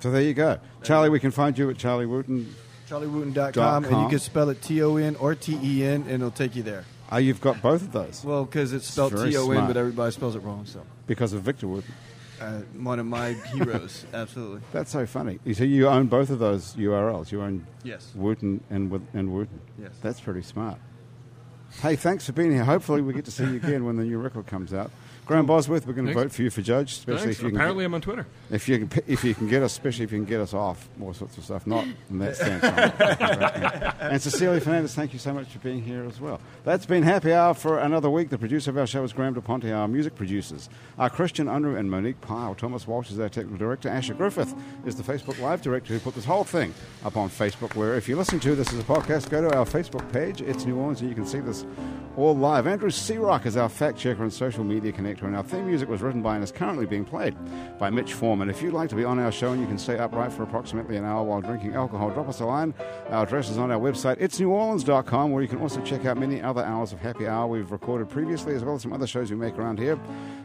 A: so there you go. Charlie, we can find you at Charlie Wooten.
C: CharlieWooten.com, and
A: com.
C: you can spell it T O N or T E N, and it'll take you there.
A: Oh, you've got both of those
C: Well, because it's spelled
A: very
C: T O N,
A: smart.
C: but everybody spells it wrong. So,
A: because of Victor Wooten.
C: uh, one of my heroes, absolutely.
A: That's so funny. You see, you own both of those URLs. You own
C: Yes.
A: Wooten and Wo- and Wooten.
C: Yes.
A: that's pretty smart. Hey, thanks for being here. Hopefully, we get to see you again when the new record comes out. Graham Bosworth, we're going to
E: Thanks.
A: vote for you for judge, especially
E: Thanks.
A: if you can
E: Apparently,
A: get,
E: I'm on Twitter.
A: if you can pi- if you can get us, especially if you can get us off all sorts of stuff. Not in that stance. I'm not talking about that. and Cecilia Fernandez, thank you so much for being here as well. That's been Happy Hour for another week. The producer of our show is Graham DePonte. Our music producers are Christian Unruh and Monique Pyle. Thomas Walsh is our technical director. Asher Griffith is the Facebook Live director who put this whole thing up on Facebook. Where if you listen to this as a podcast, go to our Facebook page. It's New Orleans, and you can see this all live. Andrew Searock is our fact checker and social media connector, and our theme music was written by and is currently being played by Mitch Foreman. If you'd like to be on our show and you can stay upright for approximately an hour while drinking alcohol, drop us a line. Our address is on our website, itsneworleans.com, where you can also check out many other hours of happy hour we've recorded previously, as well as some other shows we make around here,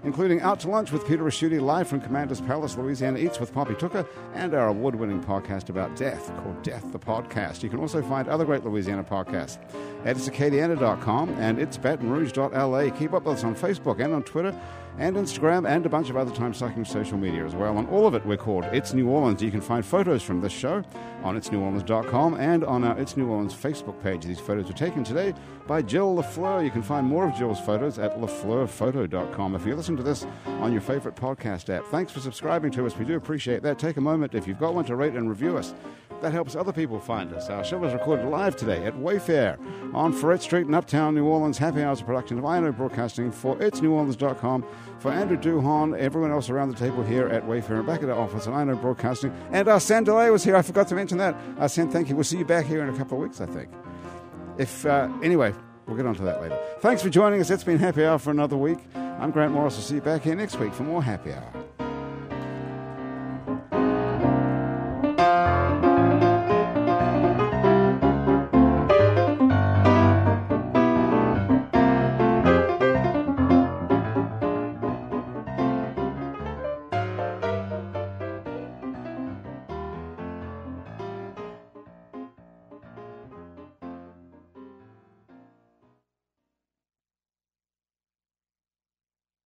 A: including Out to Lunch with Peter Raschuti, live from Commander's Palace, Louisiana Eats with Poppy Tooker, and our award winning podcast about death called Death the Podcast. You can also find other great Louisiana podcasts at itsacadiana.com and it's batonrouge.la. Keep up with us on Facebook and on Twitter and Instagram and a bunch of other time sucking social media as well. On all of it, we're called It's New Orleans. You can find photos from this show on itsneworleans.com and on our It's New Orleans Facebook page. These photos were taken today by Jill LaFleur. You can find more of Jill's photos at lafleurphoto.com. If you listen to this on your favorite podcast app, thanks for subscribing to us. We do appreciate that. Take a moment, if you've got one, to rate and review us. That helps other people find us. Our show was recorded live today at Wayfair on Ferret Street in Uptown New Orleans. Happy Hours a production of INO Broadcasting for itsneworleans.com. For Andrew Duhon, everyone else around the table here at Wayfair and back at our office at INO Broadcasting. And our Sam Delay was here. I forgot to mention that. Our Sam, thank you. We'll see you back here in a couple of weeks, I think. If uh, Anyway, we'll get on to that later. Thanks for joining us. It's been Happy Hour for another week. I'm Grant Morris. I'll see you back here next week for more Happy Hour.